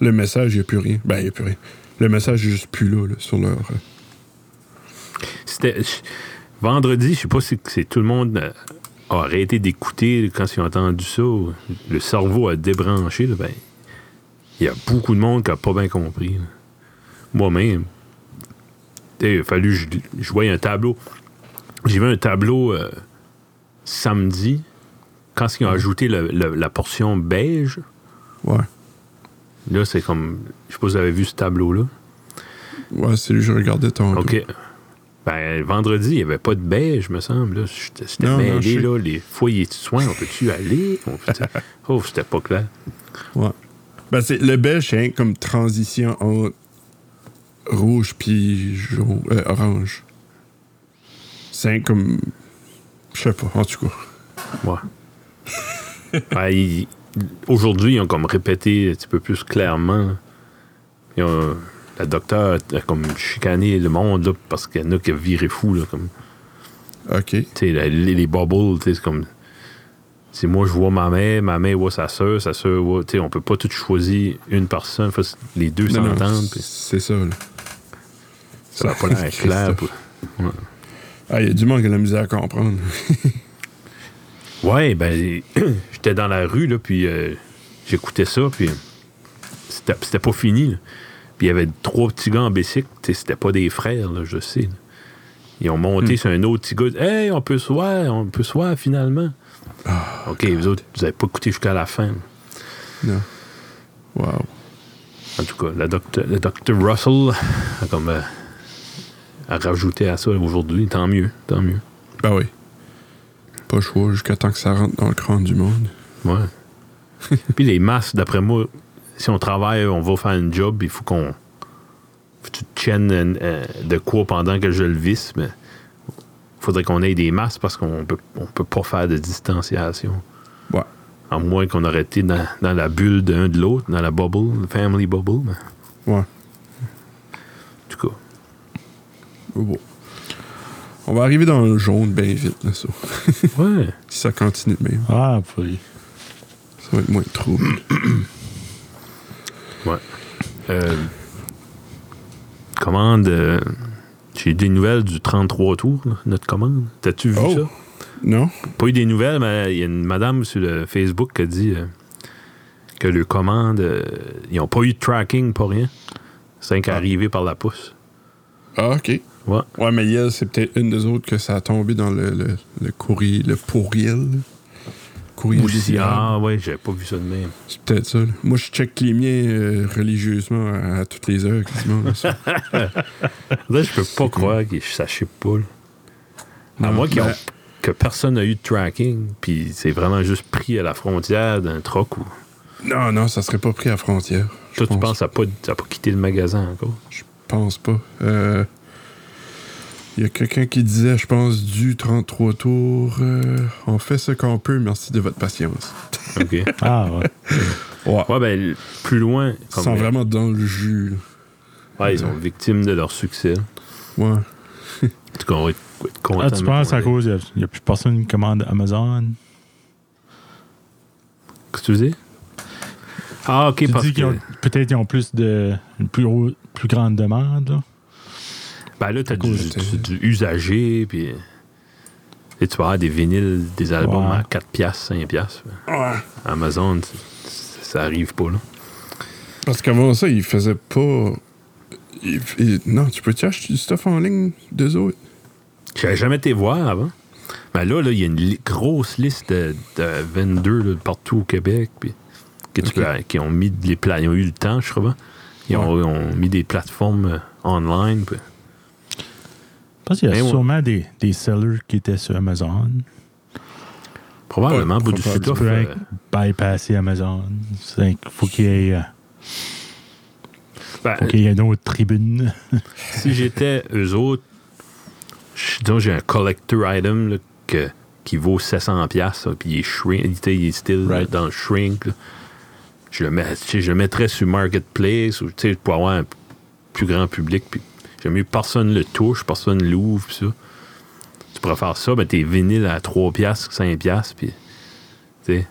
le message, il n'y a plus rien. Ben, il n'y a plus rien. Le message est juste plus là, là, sur leur. euh,
C'était. je- Vendredi, je sais pas si c'est tout le monde euh, a arrêté d'écouter quand ils ont entendu ça. ou Le cerveau a débranché. là, ben, il y a beaucoup de monde qui a pas bien compris. là. Moi-même, tu sais, il a fallu que je, je voie un tableau. J'ai vu un tableau euh, samedi quand ils ont ajouté le- le- la portion beige.
Ouais.
Là, c'est comme. Je sais pas si vous avez vu ce tableau-là.
Ouais, c'est lui, je regardais ton.
OK. Ben, vendredi, il n'y avait pas de beige, me semble. là. J'étais j'étais
Non, non,
mêlé,
je sais.
là. Les foyers de soins, on peut-tu aller? On peut- oh, c'était pas clair.
Ouais. Ben, c'est, le beige, c'est hein, comme transition entre rouge puis jaune, euh, orange. C'est hein, comme. Je sais pas, en tout cas.
Ouais. Ben, ils- Aujourd'hui, ils ont comme répété un petit peu plus clairement. Ils ont- la docteur a comme chicané le monde, là, parce qu'il y en a qui a viré fou, là. Comme,
OK.
tu sais, la- les, les bubbles, tu sais, c'est comme. Si moi je vois ma mère, ma mère voit sa soeur, sa soeur voit. Tu sais, on peut pas tout choisir une personne, faut que les deux
Non, non,
s'entendent.
c'est-
puis-
c'est ça, là.
Ça n'a pas l'air clair.
Christophe. Ah, il y a du monde qui a de la misère à comprendre.
Ouais, ben, j'étais dans la rue, là, puis euh, j'écoutais ça, puis c'était c'était pas fini. là. Puis il y avait trois petits gars en bicycle, tu sais, c'était pas des frères, là, je sais. là. Ils ont monté sur un autre petit gars, Hey, on peut se voir, on peut se voir finalement. ok, vous autres, vous avez pas écouté jusqu'à la fin.
non. Wow.
En tout cas, la docteur, le docteur Russell a comme. euh, a rajouté à ça aujourd'hui, tant mieux, tant mieux.
Ben oui. Pas le choix jusqu'à temps que ça rentre dans le crâne du monde.
Ouais. Puis les masques, d'après moi, si on travaille, on va faire une job, il faut qu'on. faut que tu te tiennes euh, euh, de quoi pendant que je le visse, mais faudrait qu'on ait des masques parce qu'on peut, on peut pas faire de distanciation.
Ouais.
À moins qu'on aurait été dans, dans la bulle d'un de l'autre, dans la bubble, family bubble, mais en
Ouais.
tout cas.
Oh, bon. On va arriver dans le jaune bien vite, là, ça.
Ouais.
Si ça continue de même,
Ah, puis.
ça va être moins de trouble.
Ouais. Euh, commande. euh, j'ai des nouvelles du 33 tours, là, notre commande. T'as-tu vu
Oh.
ça?
non?
pas eu des nouvelles, mais il y a une madame sur le Facebook qui a dit euh, que le commande, euh, ils n'ont pas eu de tracking pour rien. C'est qu'arrivé par la pousse.
Ah, OK.
Ouais.
Ouais, mais Yel, c'est peut-être une des autres que ça a tombé dans le, le, le courrier, le pourriel. là. Courrier
Ou dit,
cidre.
ah ouais, j'avais pas vu ça de même.
C'est peut-être ça. là. Moi, je check les miens euh, religieusement à, à toutes les heures, quasiment. là, ça.
Là, je peux pas croire que ça chip pas. là. À
Non,
moins qu'ils
ben,
ont que personne n'a eu de tracking, puis c'est vraiment juste pris à la frontière d'un troc ou.
Non, non, ça serait pas pris à frontière.
Toi, tu
pense.
penses à pas, à pas quitter le magasin encore?
Je pense pas. Euh, Il y a quelqu'un qui disait, je pense, du 33 tours. euh, on fait ce qu'on peut, merci de votre patience.
OK. ouais,
Ah, ouais.
ben, le- plus loin.
Ils
comme-
sont vraiment dans le jus.
Ouais, ils sont victimes de leur succès.
là. Ouais.
En tout cas, on va être, on va être content.
Ah, tu
mais
penses
on va
à
être-
cause, il n'y a, plus personne qui commande Amazon.
Qu'est-ce que tu dis? Ah, OK,
Tu
parce
dis qu'ils
que.
ont- peut-être qu'ils ont plus de, une plus, gros- plus grande demande. là.
Ben là, t'as
À
du,
cause de-
du- du usagé, puis. Et tu vas avoir des vinyles, des albums
Ouais.
à 4 piastres, 5 piastres.
Ouais.
Amazon, c'est- c'est- ça arrive pas, là.
Parce qu'avant ça, ils faisaient pas. ils- ils- Non, tu peux acheter du stuff en ligne d'eux autres.
J'avais jamais été voir avant. Mais là, là, il y a une li- grosse liste de, de 22 là, partout au Québec puis, que tu
Ok.
peux- qui ont mis des pla- ils ont eu le temps, je crois. Ils ont, ont mis des plateformes euh, online. puis-
Je pense qu'il y a
Mais Eh ouais.
sûrement des, des sellers qui étaient sur Amazon.
probablement,
Ouais,
pour du
probable.
stuff.
Tu peux
euh,
bypasser Amazon. Il faut qu'il y ait, euh,
ben,
faut qu'il y ait une autre tribune.
si j'étais eux autres, je- disons, j'ai un collector item là, que, qui vaut 700$, piastres, là, puis il est shrink, il était- il est still là,
Right.
dans le shrink. là. Je le, mets, tu sais, je le mettrais sur Marketplace ou tu sais, pour avoir un plus grand public. Puis j'aime mieux personne le touche, personne l'ouvre. puis ça. Tu pourrais faire ça, mais tes vinyles à 3$, piastres, 5$, piastres, puis tu sais,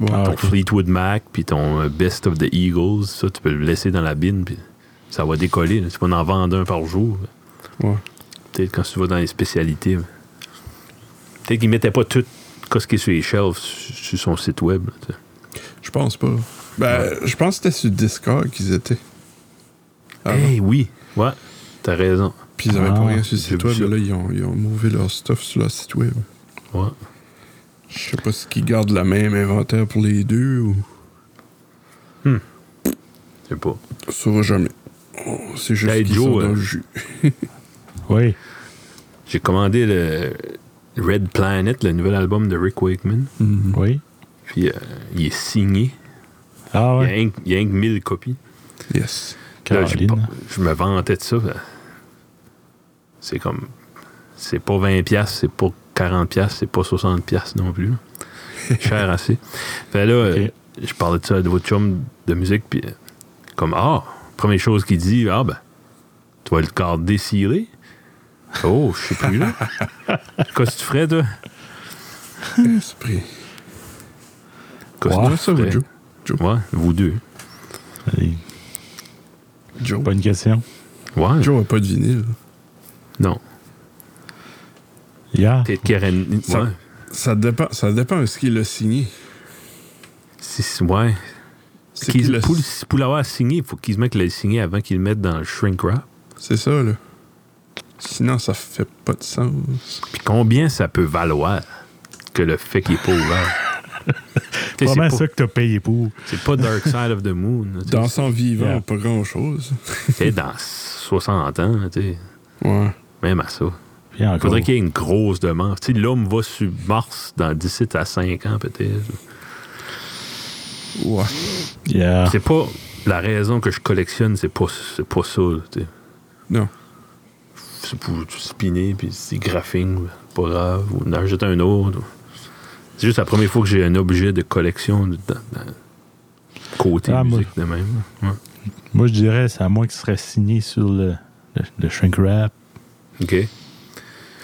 Ouais.
Ah,
ton
ok.
Fleetwood Mac, puis ton euh, Best of the Eagles, ça, tu peux le laisser dans la bine, puis ça va décoller. là. Tu peux en vendre un par jour. là.
Ouais.
Peut-être quand tu vas dans les spécialités. mais- Peut-être qu'ils mettaient pas tout ce qui est sur les shelves sur sur son site web. là, tu sais.
Je pense pas. Ben, je pense que c'était sur Discord qu'ils étaient. Ah,
hey, oui. Ouais, t'as raison.
Puis ils avaient pas
Ah,
rien sur le
j'ai
site
vu
web,
ça.
mais là, ils ont, ils ont mové leur stuff sur leur site web.
Ouais.
Je sais pas si qu'ils gardent la même inventaire pour les deux ou.
Je sais pas.
On saura jamais. Oh, C'est juste
Hey,
qu'ils
Joe,
sont dans
euh,
le jus.
Oui.
J'ai commandé le Red Planet, le nouvel album de Rick Wakeman.
Mhm.
Oui.
Puis euh, il est signé.
Ah ouais.
Il y a un- il y a un que 1000 copies.
Oh, Yes.
Là, j'ai
Caroline.
pas- je me vantais de ça. ben, C'est comme. C'est pas 20$, piastres, c'est pas 40$, piastres, c'est pas 60$ piastres non plus. Cher assez. Fait là, euh, je parlais de ça à votre chum de musique, puis euh, comme, ah, première chose qu'il dit, ah ben, tu vas le garder ciré. Oh, je sais plus là. Qu'est-ce que tu ferais, toi?
Esprit.
Qu'est-ce que
Ouais,
tu
ça,
ferais?
Joe. Joe.
Ouais, vous deux.
Allez,
Joe.
Bonne question.
Ouais.
Joe a pas de vinyle.
Non.
Yeah.
Peut-être qu'il y aurait une-
Ça-
ouais.
Ça dépend, ça dépend de ce qu'il a signé.
Si- ouais.
C'est
Qu'ils-
qui le-
pour pour l'avoir signé, il faut qu'ils se mettent le signer avant qu'ils le mettent dans le shrink wrap.
C'est ça, là. Sinon, ça fait pas de sens.
Puis combien ça peut valoir que le fait qu'il n'est pas ouvert? Tu sais,
Comment
c'est,
ça
pas,
que t'as payé pour?
c'est pas Dark Side of the Moon. là, tu sais,
Dans son vivant,
Yeah.
pas grand-chose.
c'est dans 60 ans, là, tu sais,
Ouais.
même à ça.
Oh.
Puis encore.
Il faudrait qu'il y ait une grosse demande. Tu sais, l'homme va sur Mars dans 17 à 5 ans, peut-être.
Ouais. Ah.
Yeah.
C'est pas la raison que je collectionne, c'est pas, c'est pas ça. là, tu sais.
Non.
c'est pour spinner, puis c'est graphing, pas grave, ou en jeter un autre. ou- C'est juste la première fois que j'ai un objet de collection de- dans- dans- côté
Ah, moi-
musique de même. Ouais.
Moi, je dirais, c'est à moi qui serait signé sur le, le, le shrink wrap.
OK.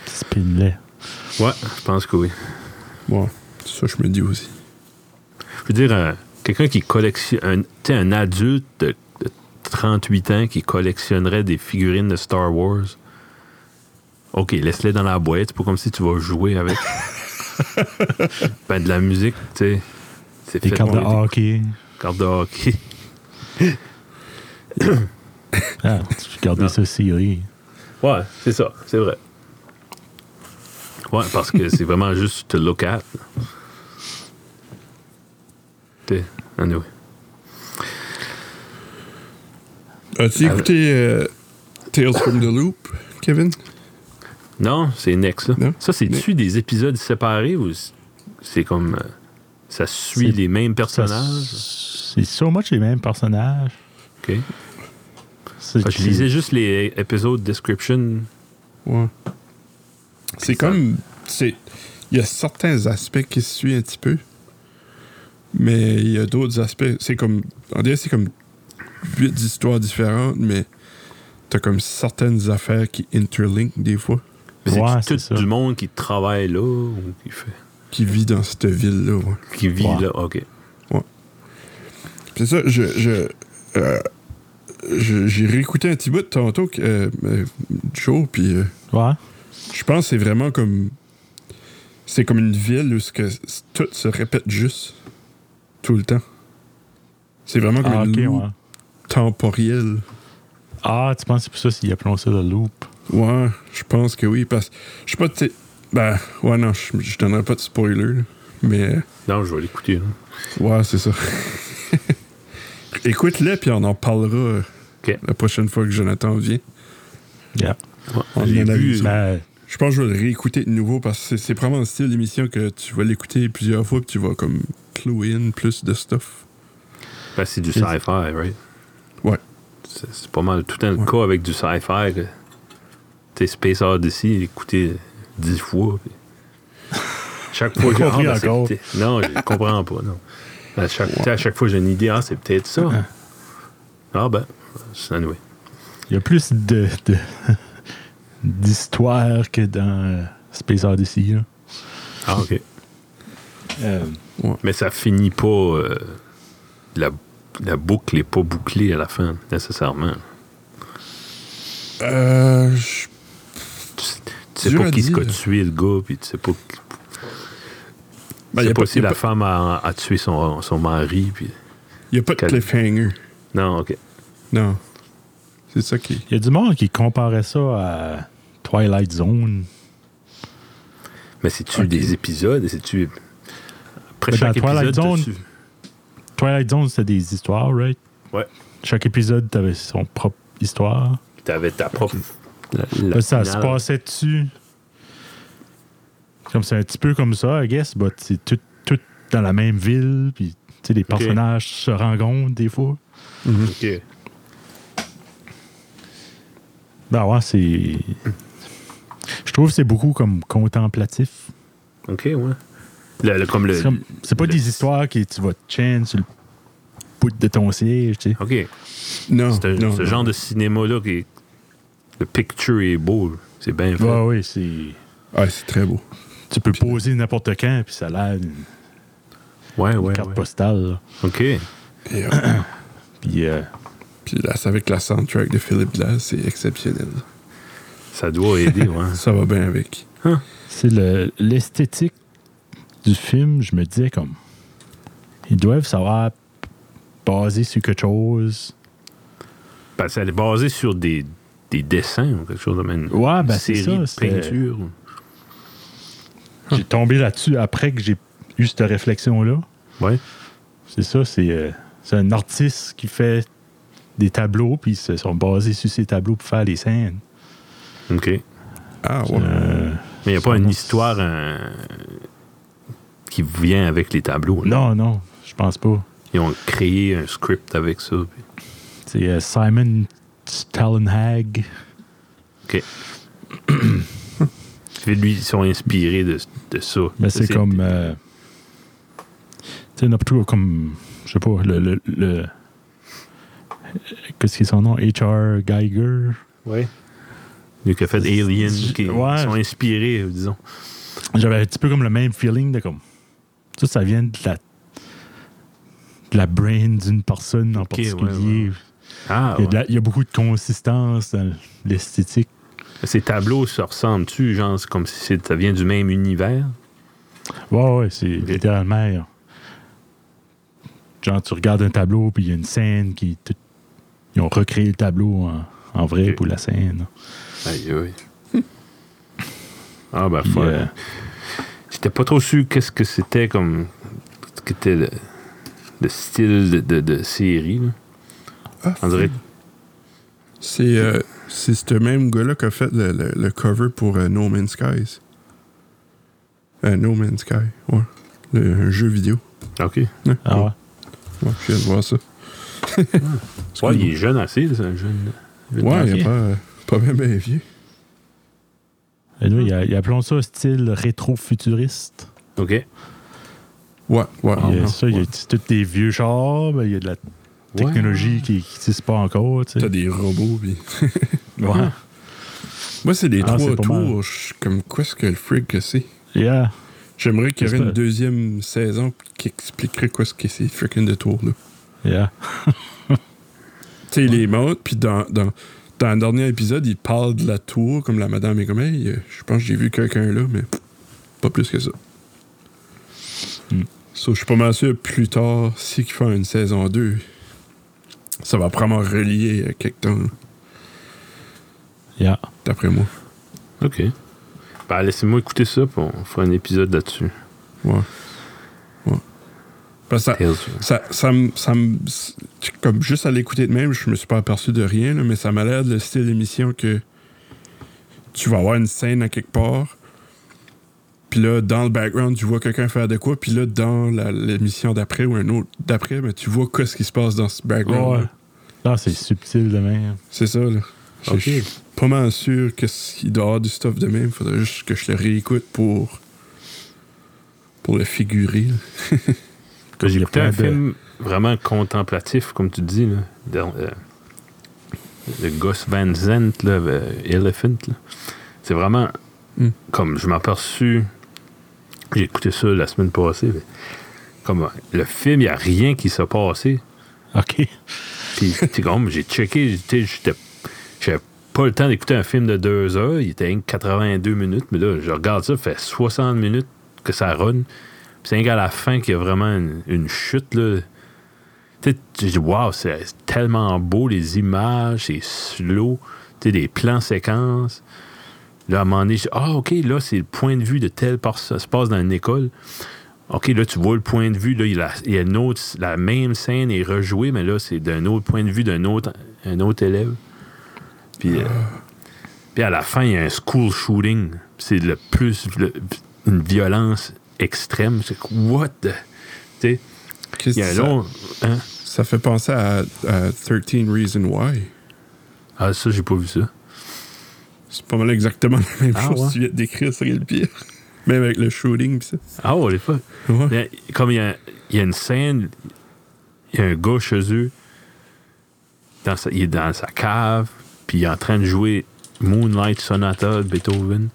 Spin-let.
Ouais, je pense que oui.
Ouais. Ça, je me dis aussi.
Je veux dire, euh, quelqu'un qui collectionne, un, tu sais, un adulte de, de 38 ans qui collectionnerait des figurines de Star Wars, OK, laisse-les dans la boîte, c'est pas comme si tu vas jouer avec. ben, de la musique, tu sais. C'est
Des
fait
cartes de
pour des
hockey.
cartes de hockey.
Ah, tu gardais
Non.
ça ciré.
Ouais, c'est ça, c'est vrai. Ouais, parce que c'est vraiment juste to look at. T'es, anyway.
As-tu
Ah,
Ah, écouté euh, Tales from the Loop, Kevin?
Non, c'est Next, là.
Non?
Ça, c'est-tu des épisodes séparés ou c- c'est comme. euh, ça suit
C'est-
les mêmes
Ça,
personnages?
C'est so much les mêmes personnages.
Ok.
C'est-
Ah, je lisais juste les épisodes description.
Ouais. C'est
ça-
comme. c'est- Il y a certains aspects qui se suivent un petit peu. Mais il y a d'autres aspects. C'est comme. On dirait que c'est comme huit histoires différentes, mais t'as comme certaines affaires qui interlinkent des fois,
Mais
Ouais,
c'est
c'est
tout
ça.
du monde qui travaille là ou qui, fait,
qui vit dans cette ville-là. ouais.
qui vit
Ouais.
là. OK.
C'est ça, je. je euh, je- J'ai réécouté un petit bout de tantôt, que, euh, euh, Joe, puis euh,
Ouais.
je pense que c'est vraiment comme. C'est comme une ville où ce que s- tout se répète juste tout le temps. C'est vraiment comme
Ah,
une
ok,
loop
ouais.
temporelle.
Ah, tu penses que c'est pour ça s'ils appellent ça le loop?
Ouais, je pense que oui, parce que je sais pas, tu sais- Ben, ouais, non, je je donnerai pas de spoiler, là, mais
Non, je vais l'écouter. là.
ouais, c'est ça. Écoute-le, puis on en parlera euh,
Ok.
la prochaine fois que Jonathan vient.
Yeah.
On
J'ai vu,
analyse.
Ben,
Je pense que je vais le réécouter de nouveau parce que c'est- c'est vraiment le style d'émission que tu vas l'écouter plusieurs fois puis tu vas comme clue in plus de stuff.
Ben, c'est du
C'est-
sci-fi, right?
Ouais.
C'est c'est pas mal tout le temps le
Ouais.
cas avec du sci-fi. que T'es Space Odyssey, écouté dix fois. puis- Chaque fois que
Pas compris
ben, c'est
encore.
peut-être- Non, je comprends pas, non. À chaque, à chaque fois, j'ai une idée, ah, c'est peut-être ça. Ah, ben, c'est anyway.
il y a plus de, de- d'histoire que dans euh, Space Odyssey. là.
Ah, OK.
Euh,
Mais ça finit pas. euh, la, la boucle est pas bouclée à la fin, nécessairement.
Euh. je-
Tu, sais- tu sais
Dur
pas
à
qui se
dire.
a tué le gars, puis tu sais pas.
Ben,
tu
y
sais
a
pas
pas-
si
y a
la
pas-
femme a, a tué son, son mari, puis.
Il n'y a pas de
Quel-
cliffhanger.
Non, ok.
Non. C'est ça qui.
Il y a du monde qui comparait ça à Twilight Zone.
Mais c'est-tu des épisodes? C'est-tu. Après
Mais
chaque
dans Twilight
épisode,
Zone-
t'as-tu.
Twilight Zone, c'était des histoires, right?
Ouais.
Chaque épisode, t'avais son propre histoire.
T'avais ta propre. la- la
Là, ça se
finale.
passait dessus. Comme c'est un petit peu comme ça, I guess, but c'est tout, tout dans la même ville, puis tu sais, les personnages se rencontrent des fois.
Ok.
Ben ouais, c'est. Je trouve que c'est beaucoup comme contemplatif.
Ok, ouais. Le- le- comme le.
C'est comme- c'est pas
le-
des histoires que tu vas te chaîne sur le bout de ton siège, tu sais.
Ok.
Non.
C'est un-
non,
ce
non.
genre de cinéma-là qui. est- Le picture est beau. là. C'est bien fait.
Ouais, oui, c'est. euh,
Ah, c'est très beau.
Tu peux poser n'importe quand, puis ça a l'air une
Ouais, ouais.
carte
ouais.
postale. là.
Ok.
Et, euh,
Puis, euh,
puis là, c'est avec la soundtrack de Philip Glass, c'est exceptionnel.
Ça doit aider, ouais.
Ça va bien avec.
c'est le- l'esthétique du film, je me disais comme. Ils doivent savoir baser sur quelque chose.
Parce qu'elle est basée sur des, des dessins ou quelque chose de même.
Ouais, ben
Une
c'est
série
ça.
de
c'était-
peinture.
J'ai tombé là-dessus après que j'ai eu cette réflexion-là.
Ouais.
C'est ça, c'est euh, c'est un artiste qui fait des tableaux, puis ils se sont basés sur ces tableaux pour faire les scènes.
OK. Mais
Ah, ouais.
Euh,
il n'y a pas
Ça
une
va.
histoire euh, qui vient avec les tableaux. là.
non, non, je pense pas.
Ils ont créé un script avec ça. puis-
C'est euh, Simon Stallenhag.
OK. Puis lui, ils sont inspirés de, de ça.
Mais c'est comme. euh, tu sais, n'importe quoi, comme. Je sais pas, le. le, le- Qu'est-ce qui est son nom? H.R. Geiger.
Ouais. Lui qui a fait Alien, qui
Ouais.
ils sont inspirés, disons.
J'avais un petit peu comme le même feeling de comme. Ça, ça vient de la. de la brain d'une personne en
Ok, ouais,
particulier.
ouais. Ah,
Il y, a de
ouais.
la- il y a beaucoup de consistance dans l'esthétique.
Ces tableaux se ressemblent-tu? Genre, c'est comme si c'est- ça vient du même univers?
Ouais, ouais, c'est littéralement. euh, Genre, tu regardes un tableau, puis il y a une scène qui. est toute- ils ont recréé le tableau en, en vrai
Ok.
pour la scène.
Aïe, aïe. ah, ben,
Puis,
faut.
euh,
J'étais pas trop sûr qu'est-ce que c'était comme. ce que était le, le style de, de- de série. là.
Ah,
Hmm.
On dirait.
C'est euh, C'est ce même gars-là qui a fait le, le- le cover pour euh, No Man's Skies. Euh, no Man's Sky, ouais. Le- un jeu vidéo.
OK.
Ouais,
Ah ouais.
ouais, je viens de voir ça.
Ouais, il est jeune assez, c'est un jeune.
Ouais,
jeune
il
garçon.
est pas, euh, pas même bien vieux.
Et nous, il, a- il appelons ça style rétro-futuriste.
OK.
Ouais, ouais.
Ah, Il y
ouais,
a ça, il y
ouais.
a tous des vieux chars, ben, il y a de la technologie qui n'existe pas encore. Tu sais.
T'as des robots, puis...
Ouais.
Moi, c'est des
Ah,
trois
c'est pas mal.
tours. je- Comme quoi est-ce que le freak que c'est?
Yeah.
J'aimerais qu'il y aurait
J'espère.
une deuxième saison qui expliquerait quoi ce que c'est freaking de tour là.
Yeah.
Tu sais, il est mort, puis dans, dans, dans le dernier épisode, il parle de la tour, comme la madame est comme, hey, euh, je pense que j'ai vu quelqu'un là, mais pff, pas plus que ça.
Hmm.
So, je suis pas mal sûr, plus tard, si qu'il fait une saison 2, ça va probablement relier à quelque temps, là,
Yeah.
d'après moi.
OK. Ben, laissez-moi écouter ça, puis on fera un épisode là-dessus.
Ouais. Ouais. Parce que ça-
Tales.
Ça, ça me. ça me- c'est- Comme juste à l'écouter de même, je me suis pas aperçu de rien, là, mais ça m'a l'air le style d'émission que tu vas avoir une scène à quelque part, puis là, dans le background, tu vois quelqu'un faire de quoi, puis là, dans la- l'émission d'après ou un autre d'après, mais tu vois quoi ce qui se passe dans ce background.
Ouais.
là.
Ah, c'est subtil de même.
C'est ça, là. Je-
OK.
Je suis pas mal sûr qu'il doit y avoir du stuff de même. Faudrait juste que je le réécoute pour. pour le figurer, là.
Là, J'ai
Il y a
écouté
plein
un
de-
film vraiment contemplatif, comme tu dis, là. Dans, euh, le Gus Van Zant, là, euh, Elephant. là. C'est vraiment
Mm.
Hmm.
comme je m'aperçus. J'ai écouté ça la semaine passée. mais comme euh, le film, il n'y a rien qui s'est passé.
OK.
Puis, t'es comme, j'ai checké, tu sais, j'étais- j'avais pas le temps d'écouter un film de deux heures. Il était rien que 82 minutes, mais là, je regarde ça, fait 60 minutes que ça run. Puis c'est rien qu'à la fin qu'il y a vraiment une, une chute, là. Tu sais, tu dis, waouh, c'est c'est tellement beau, les images, c'est slow, tu sais, des plans séquences. Là, à un moment donné, je dis, ah, OK, là, c'est le point de vue de telle personne. Ça se passe dans une école. OK, là, tu vois le point de vue. Là, il y a, il y a une autre, la même scène est rejouée, mais là, c'est d'un autre point de vue d'un autre, un autre élève. Puis, euh,
Ah,
puis à la fin, il y a un school shooting. C'est le plus. le- une violence extrême. C'est que, what the. Tu sais,
Qu'est-ce
il y a
que
un
ça-
long. hein?
Ça fait penser à, à 13 Reasons Why.
Ah, ça, j'ai pas vu ça.
C'est pas mal exactement la même
Ah,
chose
ouais.
que tu viens de décrire, c'est le pire. Même avec le shooting pis ça.
Ah, ouais, les fois.
Ouais.
Mais comme il y a, il y a une scène, il y a un gars chez eux, dans sa- il est dans sa cave, puis il est en train de jouer Moonlight Sonata de Beethoven.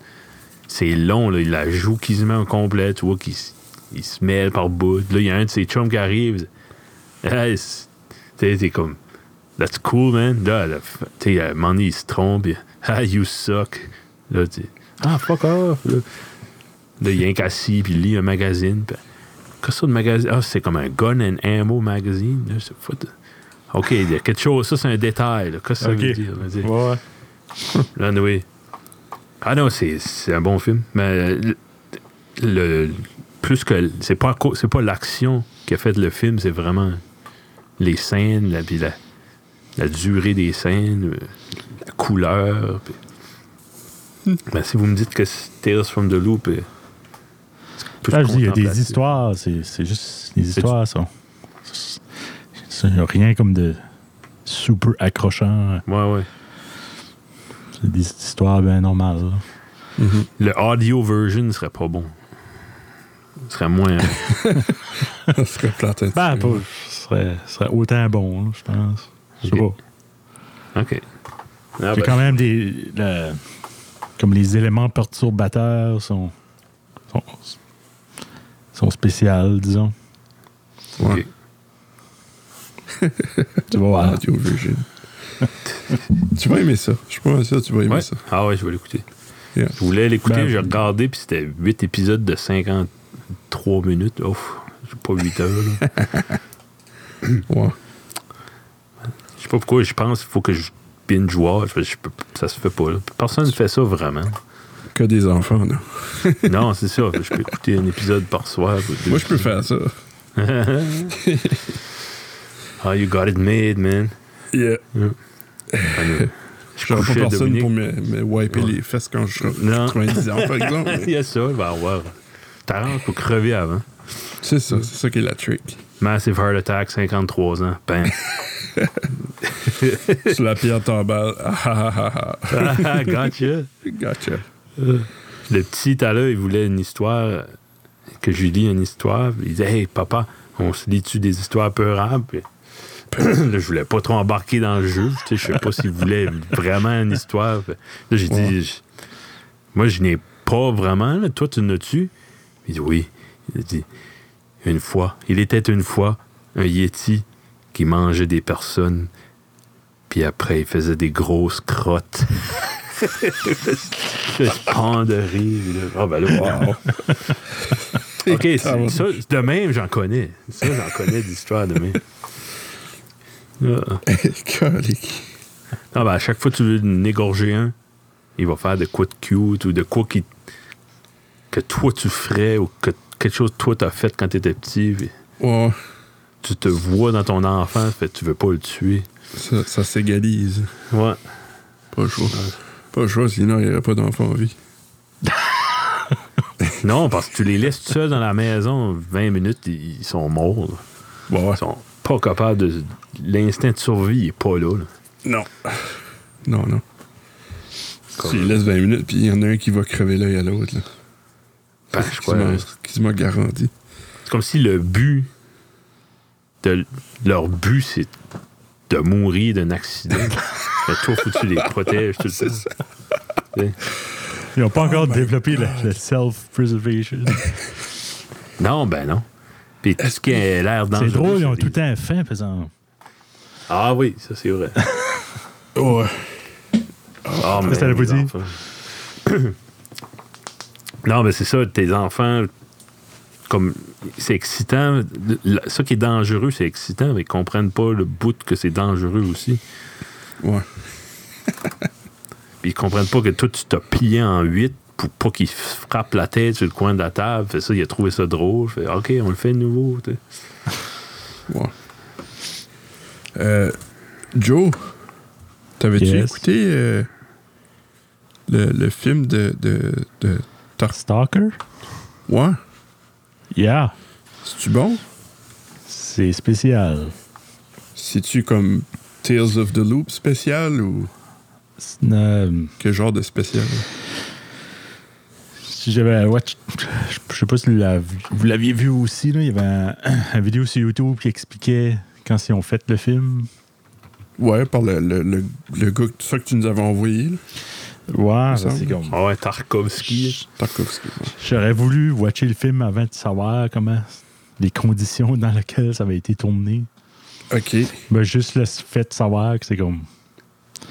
C'est long, là, il la joue quasiment au complet, tu vois qu'il s- il se mêle par bout. Là, il y a un de ses chums qui arrive. Hey, c'est- t'sais, t'es comme, that's cool, man. Là, là, f- t'sais, à un moment donné, il se trompe. il- Ah, you suck. Là, t'sais, ah, fuck off. Là, Là, il y a un cassis, puis il lit un magazine. puis- Qu'est-ce que c'est, le magazine? Ah, c'est comme un Gun and Ammo magazine. Là, c'est fou. OK, il y a quelque chose. Ça, c'est un détail. là. Qu'est-ce que
Ok.
ça veut dire? On va dire?
Ouais.
Là, anyway. Ah non, c'est c'est un bon film. Mais euh, le, le- plus que. C'est pas, à cau- c'est pas l'action qui a fait le film, c'est vraiment les scènes, la, puis la, la durée des scènes, euh, la couleur. puis-
Hmm.
Ben, si vous me dites que c'est Tales from the Loop. euh, c'est plus
Là, Ah, je dis, il y a des
contemplatif.
histoires. C'est c'est juste. Les histoires sont. c'est- c'est- Il n'y a rien comme de super accrochant.
Ouais, ouais.
C'est des histoires bien normales. là.
Le audio version serait pas bon. serait moins. hein.
Ça serait plate. un petit
Bah.
Ben,
peu.
pas, ce serait, ce serait autant bon, là, je pense. Je sais
Ok.
pas.
OK. Ah,
Il y
ben,
a quand même des. la- comme les éléments perturbateurs sont. sont, sont spéciaux, disons.
Ouais.
OK.
Tu vois, voilà.
Audio version. tu vas aimer ça. Je suis pas mal sûr que tu vas aimer
Ouais.
ça.
Ah ouais, je vais l'écouter.
Yeah.
Je voulais l'écouter,
Ben-
j'ai regardé, puis c'était 8 épisodes de 53 minutes. Ouf, j'ai pas 8 heures. là.
Ouais.
Je sais pas pourquoi, je pense qu'il faut que je binge watch. parce que je peux- Ça se fait pas. là. Personne ne fait ça vraiment.
Que des enfants, là.
Non, c'est ça. Je peux écouter un épisode par soir. ou deux.
Moi, je peux faire ça.
Ah, you got it made, man.
Yeah.
Ah, non. Je
J'aurais pas
couchais
personne
Dominique.
pour me, me wiper
Ouais.
les fesses quand je serai
Non.
90 ans, par exemple.
Il
Mais
y a ça, ben ouais. T'arranges pour crever avant.
C'est ça, c'est ça qui est la trick.
Massive Heart Attack, 53 ans. Bam.
Sur la pierre tombale, ah ah ah ah,
Ah, gotcha.
gotcha.
Le petit à l'heure, il voulait une histoire, que je lui dis une histoire. puis Il disait, hey, papa, on se lit-tu des histoires peurables? Puis, là, je voulais pas trop embarquer dans le jeu. Tu sais, je sais pas s'il voulait vraiment une histoire. Puis Là, j'ai dit, je- moi, je n'ai pas vraiment. là. Toi, tu n'as-tu? Il dit, oui. Il dit, une fois, il était une fois un yéti qui mangeait des personnes. Puis après, il faisait des grosses crottes. Je prends de rire. là. Ah, ben là, wow. OK, c'est- ça, de même, j'en connais. Ça, j'en connais d'histoire de même. Ah.
Calique.
Non, ben, à chaque fois que tu veux en égorger un, il va faire de quoi de cute ou de quoi qui, que toi tu ferais ou que quelque chose que toi t'as fait quand t'étais petit. puis
Ouais,
tu te vois dans ton enfant, fait que tu veux pas le tuer.
ça, ça s'égalise.
Ouais.
Pas le choix. Pas le choix, sinon il n'y aurait pas d'enfant en vie.
Non, parce que tu les laisses seuls dans la maison 20 minutes, ils ils sont morts. là.
Bon, ouais.
Ils sont pas capables de. L'instinct de survie est pas là. là.
Non. Non, non. Tu les laisses 20 minutes, puis il y en a un qui va crever l'œil à l'autre. là.
Ben, je crois-
Quasiment- Quasiment garanti.
C'est comme si le but de leur but c'est de mourir d'un accident. Mais toi, faut que tu les protèges tout le temps. Tu sais.
Ils n'ont pas encore développé le, le self-preservation.
Non, ben non. Puis tout ce qui a l'air dangereux.
C'est drôle, ils ont
c'est
tout le
des-
temps faim, par exemple.
Ah oui, ça c'est vrai.
Ouais.
Ah, mais
t'allais pas
les
dire?
enfants. non, mais c'est ça, tes enfants, comme c'est excitant. Le- Ça qui est dangereux, c'est excitant, mais ils comprennent pas le bout que c'est dangereux aussi.
Ouais.
Puis ils comprennent pas que toi, tu t'as plié en huit pour pas qu'ils frappent la tête sur le coin de la table. Fait ça, il a trouvé ça drôle. Fait OK, on le fait de nouveau. tu sais.
Ouais. Euh, Joe, t'avais-tu
Yes.
écouté euh, le, le film de, de, de Tar-
Stalker?
Ouais.
Yeah.
C'est-tu bon?
C'est spécial.
C'est-tu comme Tales of the Loop spécial ou
C'est une, euh,
quel genre de spécial?
Si j'avais watch, je sais pas si la- vous l'aviez vu aussi, là, il y avait un- une vidéo sur YouTube qui expliquait quand ils ont fait le film.
Ouais, par le, le, le, le gars, que- ça que tu nous avais envoyé, là.
Ouais,
ça,
c'est comme.
Ah ouais, Tarkovsky.
Tarkovsky. ouais.
J'aurais voulu watcher le film avant de savoir comment les conditions dans lesquelles ça avait été tourné.
Ok.
Ben, juste le fait de savoir que c'est comme. Tu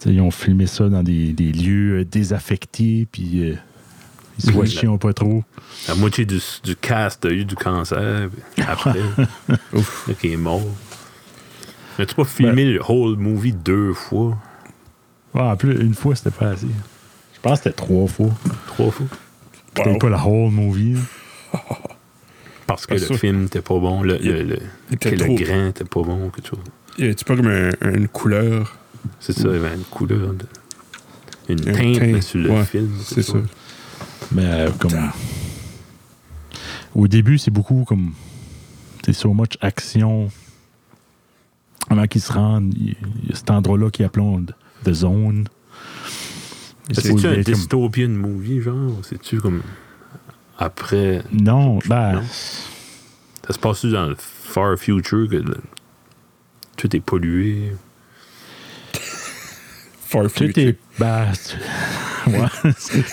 sais, Ils ont filmé ça dans des, des lieux euh, désaffectés, puis euh, ils se voient
Oui.
chiant pas trop.
La moitié du, du cast a eu du cancer. puis Après,
Ouf. Ben.
là, qui est mort. Mais tu pas filmé le whole movie deux fois,
Ouais, en plus, une fois, c'était pas assez. Je pense que c'était trois fois.
trois fois?
C'était
Wow.
pas la whole movie. là.
Parce que
Ah,
le
ça.
film n'était pas bon, le, le, le-
Il était
que le
trop-
grain n'était pas bon, quelque chose.
Y a-tu pas comme un- une couleur?
C'est ça,
Mm.
il y avait une couleur, de- une
Un
teinte,
teint,
mais sur le
ouais,
film.
C'est ça.
Mais euh, comme.
Putain.
Au début, c'est beaucoup comme. C'est so much action. Avant qu'ils se rendent, il il y a cet endroit-là qui appelons The Zone. Et c'est
C'est-tu un
comme-
dystopian movie, genre? ou C'est-tu comme. Après.
Non, ben.
Non. Ça se passe-tu dans le far future que le- tout est pollué?
Far
Tout
future.
est. Ben. tu- Ouais.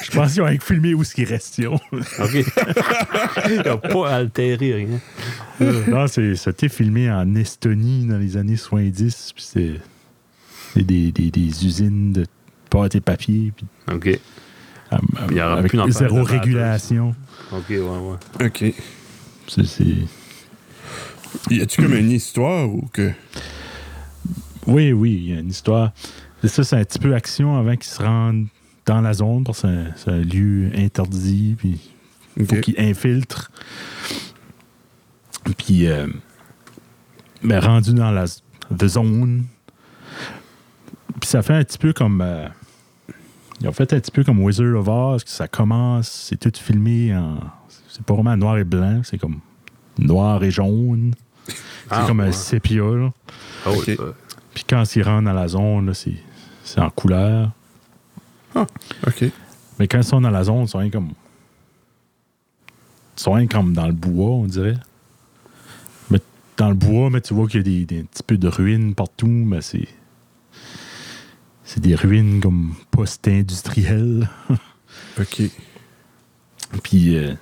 Je pense qu'ils ont filmé où ce qui reste. ils ont.
OK. Il n'a pas altéré rien.
non, c'est- c'était filmé en Estonie dans les années 70. Puis c'est. c'est des, des, des usines de pâte et papier. Puis
OK.
euh,
Il y aura
avec
plus d'en faire
zéro
de bad,
régulation.
OK, ouais, ouais.
Ok.
C'est- c'est-
Y a-tu comme une histoire ou que.
Oui, oui, il y a une histoire. C'est ça, c'est un petit peu action avant qu'ils se rendent dans la zone, parce que c'est un- c'est un, lieu interdit, puis il faut
Ok.
qu'ils infiltrent. Puis, euh, ben, rendu dans la z- the zone, puis ça fait un petit peu comme. euh, ils ont fait un petit peu comme Wizard of Oz, que ça commence, c'est tout filmé en. C'est pas vraiment noir et blanc, c'est comme noir et jaune.
Ah,
c'est comme un
ouais.
sépia, là.
Oh,
Ok.
ça.
Puis quand ils rentrent dans la zone, là, c'est c'est en couleur.
OK.
Mais quand ils sont dans la zone, ils sont rien comme. Ils sont rien comme dans le bois, on dirait. Mais dans le bois, mais tu vois qu'il y a des, des petits peu de ruines partout, mais c'est. C'est des ruines comme post-industrielles.
OK.
Puis, euh,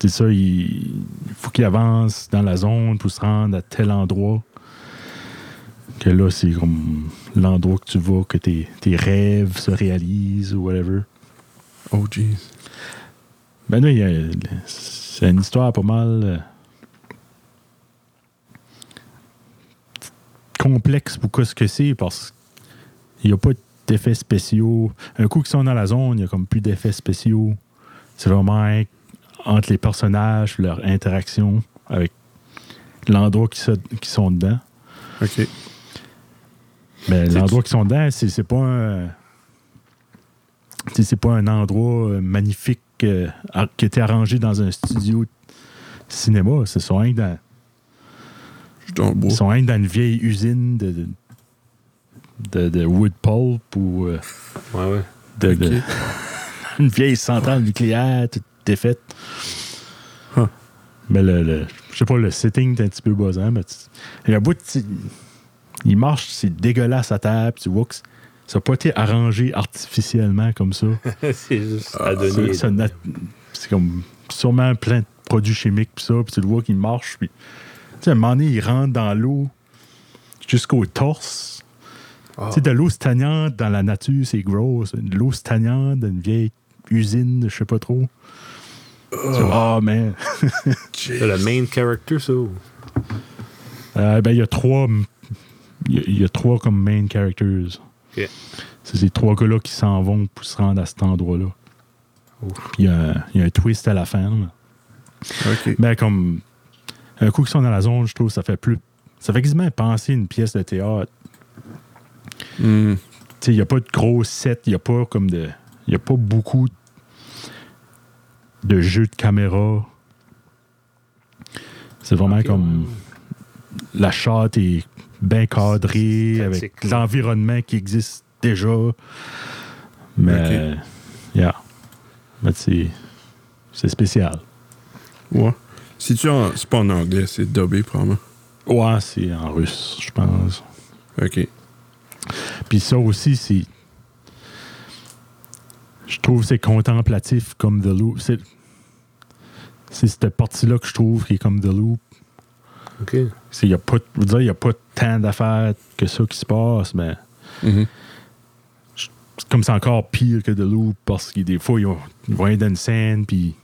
c'est ça, il il faut qu'il avance dans la zone pour se rendre à tel endroit. Que là, c'est comme l'endroit que tu vas, que tes, tes rêves se réalisent ou whatever.
Oh, jeez.
Ben là, il y a- c'est une histoire pas mal euh, complexe pour quoi ce que c'est, parce qu'il n'y a pas d'effets spéciaux. Un coup qu'ils sont dans la zone, il n'y a comme plus d'effets spéciaux. C'est vraiment hein, entre les personnages, leur interaction avec l'endroit qu'ils se- qu'ils sont dedans.
OK.
Mais
C'est-
l'endroit qu'ils sont dedans, c'est c'est pas un. tu sais, C'est pas un endroit euh, magnifique euh, ar- qui a été arrangé dans un studio de cinéma. C'est sont rien que dans,
Je suis dans le bois.
ils sont rien que dans une vieille usine de, de, de- de wood pulp ou euh,
Ouais, ouais.
de,
Ok.
de- une vieille centrale nucléaire toute défaite.
Huh.
Mais le, le- je sais pas, le setting est un petit peu buzzant, mais tu- il y a un bout de petit- il marche, c'est dégueulasse à terre, puis tu vois que c- ça n'a pas été arrangé artificiellement comme ça.
c'est juste
Ah,
à donner.
C'est- ça n'a- C'est comme sûrement plein de produits chimiques, puis ça, puis tu le vois qu'il marche, puis tu sais, à un moment donné, il rentre dans l'eau jusqu'au torse.
Ah.
Tu sais, de l'eau stagnante dans la nature, c'est gros. c'est De l'eau stagnante d'une vieille usine, de je sais pas trop. Ah, mais.
Jeez.
C'est le main character, ça. ou?
Euh, ben, il y a trois. Il y a- il y, a trois comme main characters.
Ok.
C'est ces trois gars-là qui s'en vont pour se rendre à cet endroit-là.
Ouf.
Puis il y, a un- il y a un twist à la fin. là.
OK.
Ben, comme. Un coup qu'ils sont dans la zone, je trouve, ça fait plus. Ça fait quasiment penser à une pièce de théâtre.
Hmm.
Tu sais, il n'y a pas de gros set, il n'y a pas comme de. Il n'y a pas beaucoup de jeux de caméra. C'est vraiment
Ok,
comme. La charte est bien cadrée,
C'est
avec
statique, là.
l'environnement qui existe déjà. Mais.
Ok.
euh, yeah. Mais c'est. C'est spécial.
Ouais. Si tu en... C'est pas en anglais, c'est dubé, probablement.
Ouais, c'est en russe, je pense.
OK.
Puis ça aussi, c'est. Je trouve que c'est contemplatif comme The Loop. C'est, c'est cette partie-là que je trouve qui est comme The Loop.
OK.
C'est, y a pas, de- je veux dire, il n'y a pas tant d'affaires que ça qui se passe, mais
Mhm.
c'est comme c'est encore pire que The Loop parce que des fois, ils vont- ils vont être dans une scène, puis.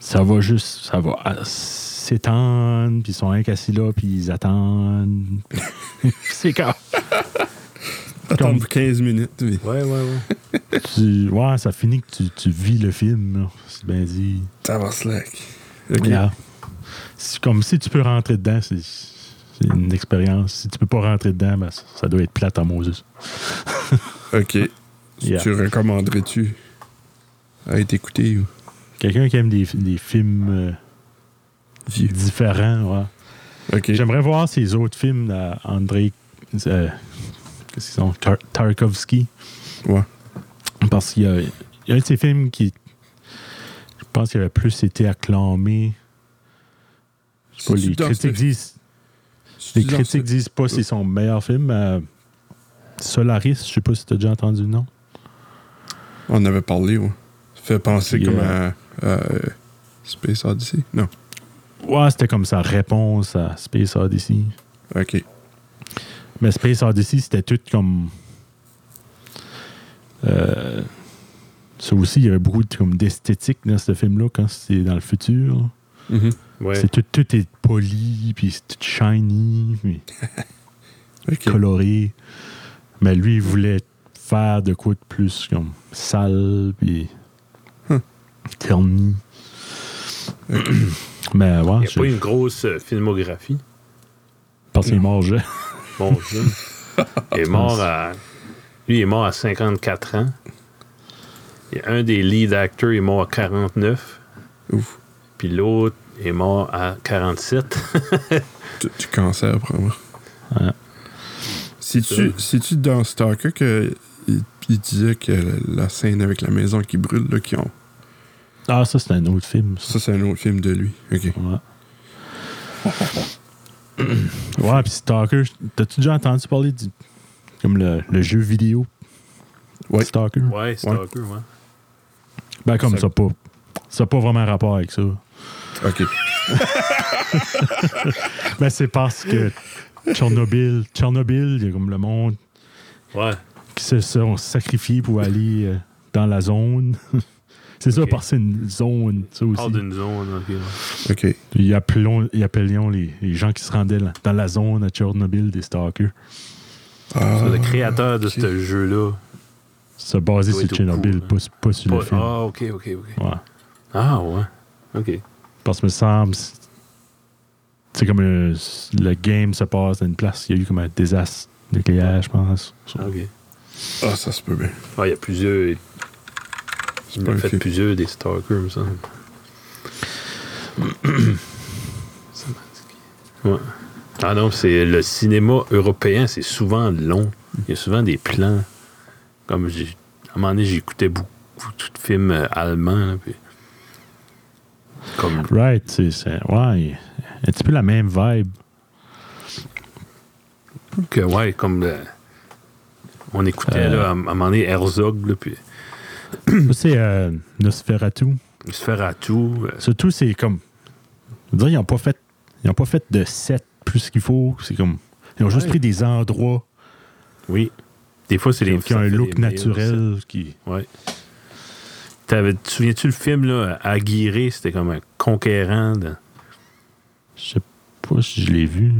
Ça va juste. Ça va à- s'étendre, puis ils sont rien qu'assis là, puis ils attendent. c'est quand.
Attends
Comme-
pour 15 minutes. mais-
Ouais, ouais, ouais.
tu, ouais, ça finit que tu, tu vis le film, là. c'est bien dit.
Ça va slack. OK.
Yeah. C'est comme si tu peux rentrer dedans, c'est c'est une expérience. Si tu peux pas rentrer dedans, ben, ça, ça doit être plate à Moses.
OK.
Yeah.
Tu recommanderais-tu à être écouté ou
Quelqu'un qui aime des, des films euh,
vieux?
différents, ouais.
OK.
J'aimerais voir ces autres films d'André qu'est-ce qu'ils sont? Tar- Tarkovsky.
Ouais.
Parce qu'il y a, il y a un de ces films qui. Je pense qu'il avait plus été acclamé. Je sais pas,
C'est-tu
les
dans
critiques
ce-
disent.
c'est-tu
Les
dans
critiques
ce-
disent pas si c'est son meilleur film. euh, Solaris, je sais pas si t'as déjà entendu le nom.
On avait parlé, ouais. Ça fait penser
Yeah.
comme à, à, euh, Space Odyssey? Non.
Ouais, c'était comme sa réponse à Space Odyssey.
OK.
Mais Space Odyssey, c'était tout comme. Euh, ça aussi, il y avait beaucoup de- comme d'esthétique dans ce film-là quand c'est dans le futur. Mm-hmm.
Mhm.
Ouais.
C'est tout, tout est poli, puis c'est tout shiny, puis
OK.
coloré. Mais lui, il voulait faire de quoi de plus comme sale, puis
Hmm.
Huh.
terni. Mais
Il
ouais,
n'y a
je-
pas une grosse euh, filmographie.
parce qu'il est mort jeune.
Bon, je... Il est mort à. Lui, il est mort à 54 ans. Il y a un des lead actors il est mort à 49.
Ouf.
Puis l'autre est mort à 47.
Du, du cancer, probablement.
Ouais.
C'est-tu, c'est-tu dans Stalker que il, il disait que la, la scène avec la maison qui brûle, là, qui ont.
Ah, ça, c'est un autre film. Ça.
Ça, c'est un autre film de lui. OK.
Ouais. ouais, puis Stalker, t'as-tu déjà entendu parler du. Comme le, le jeu vidéo
Ouais.
Stalker?
ouais, c'est
Ouais.
un peu, ouais.
Ben, comme
Ça-
ça, pas. Ça n'a pas vraiment rapport avec ça.
OK.
Ben, c'est parce que Tchernobyl, Tchernobyl, il y a comme le monde
Ouais.
qui se sont sacrifiés pour aller euh, dans la zone. c'est ça,
Ok.
parce que c'est une zone, ça
Hors
aussi.
d'une zone, ok, ouais.
OK.
Ils appelons- ils appelions les, les gens qui se rendaient là- dans la zone à Tchernobyl des stalkers.
Ah,
Le créateur de
ok.
ce jeu-là.
Se baser
Doit
sur
être au
Tchernobyl,
courant.
pas, su- pas sur
Pas-
le film.
Ah, ok, ok, ok.
Ouais.
Ah, ouais. Ok.
Parce que me semble, c'est- c'est comme le, le game se passe dans une place, il y a eu comme un désastre nucléaire, je pense.
Ok.
ah, ça se peut bien.
Ah, il y a plusieurs.
C'est
Il
pas
en a
un
fait
film.
plusieurs des Stalkers, me semble. Ça m'a dit- ouais. Ah non, c'est le cinéma européen, c'est souvent long. Il y a souvent des plans. Comme j'ai- à un moment donné, j'écoutais beaucoup de films euh, allemands. là, puis- Comme
Right, c'est c'est- ouais, un petit peu la même vibe.
que ouais, comme le- on écoutait
Euh.
là, à, un moment donné Herzog, là, puis
Ça, c'est euh, Nosferatu.
il se faire à tout. euh,
Surtout, c'est comme. Je veux dire, ils n'ont pas fait. Ils ont pas fait de set plus qu'il faut. C'est comme. Ils ont juste
Ouais.
pris des endroits
oui. Des fois, c'est les
qui ont
ça
un
fait
look
des meilleurs sets.
naturel. Qui...
Ouais. T'avais- te souviens-tu le film, là, Aguirre, c'était comme un conquérant. de-
Je sais pas si je l'ai vu.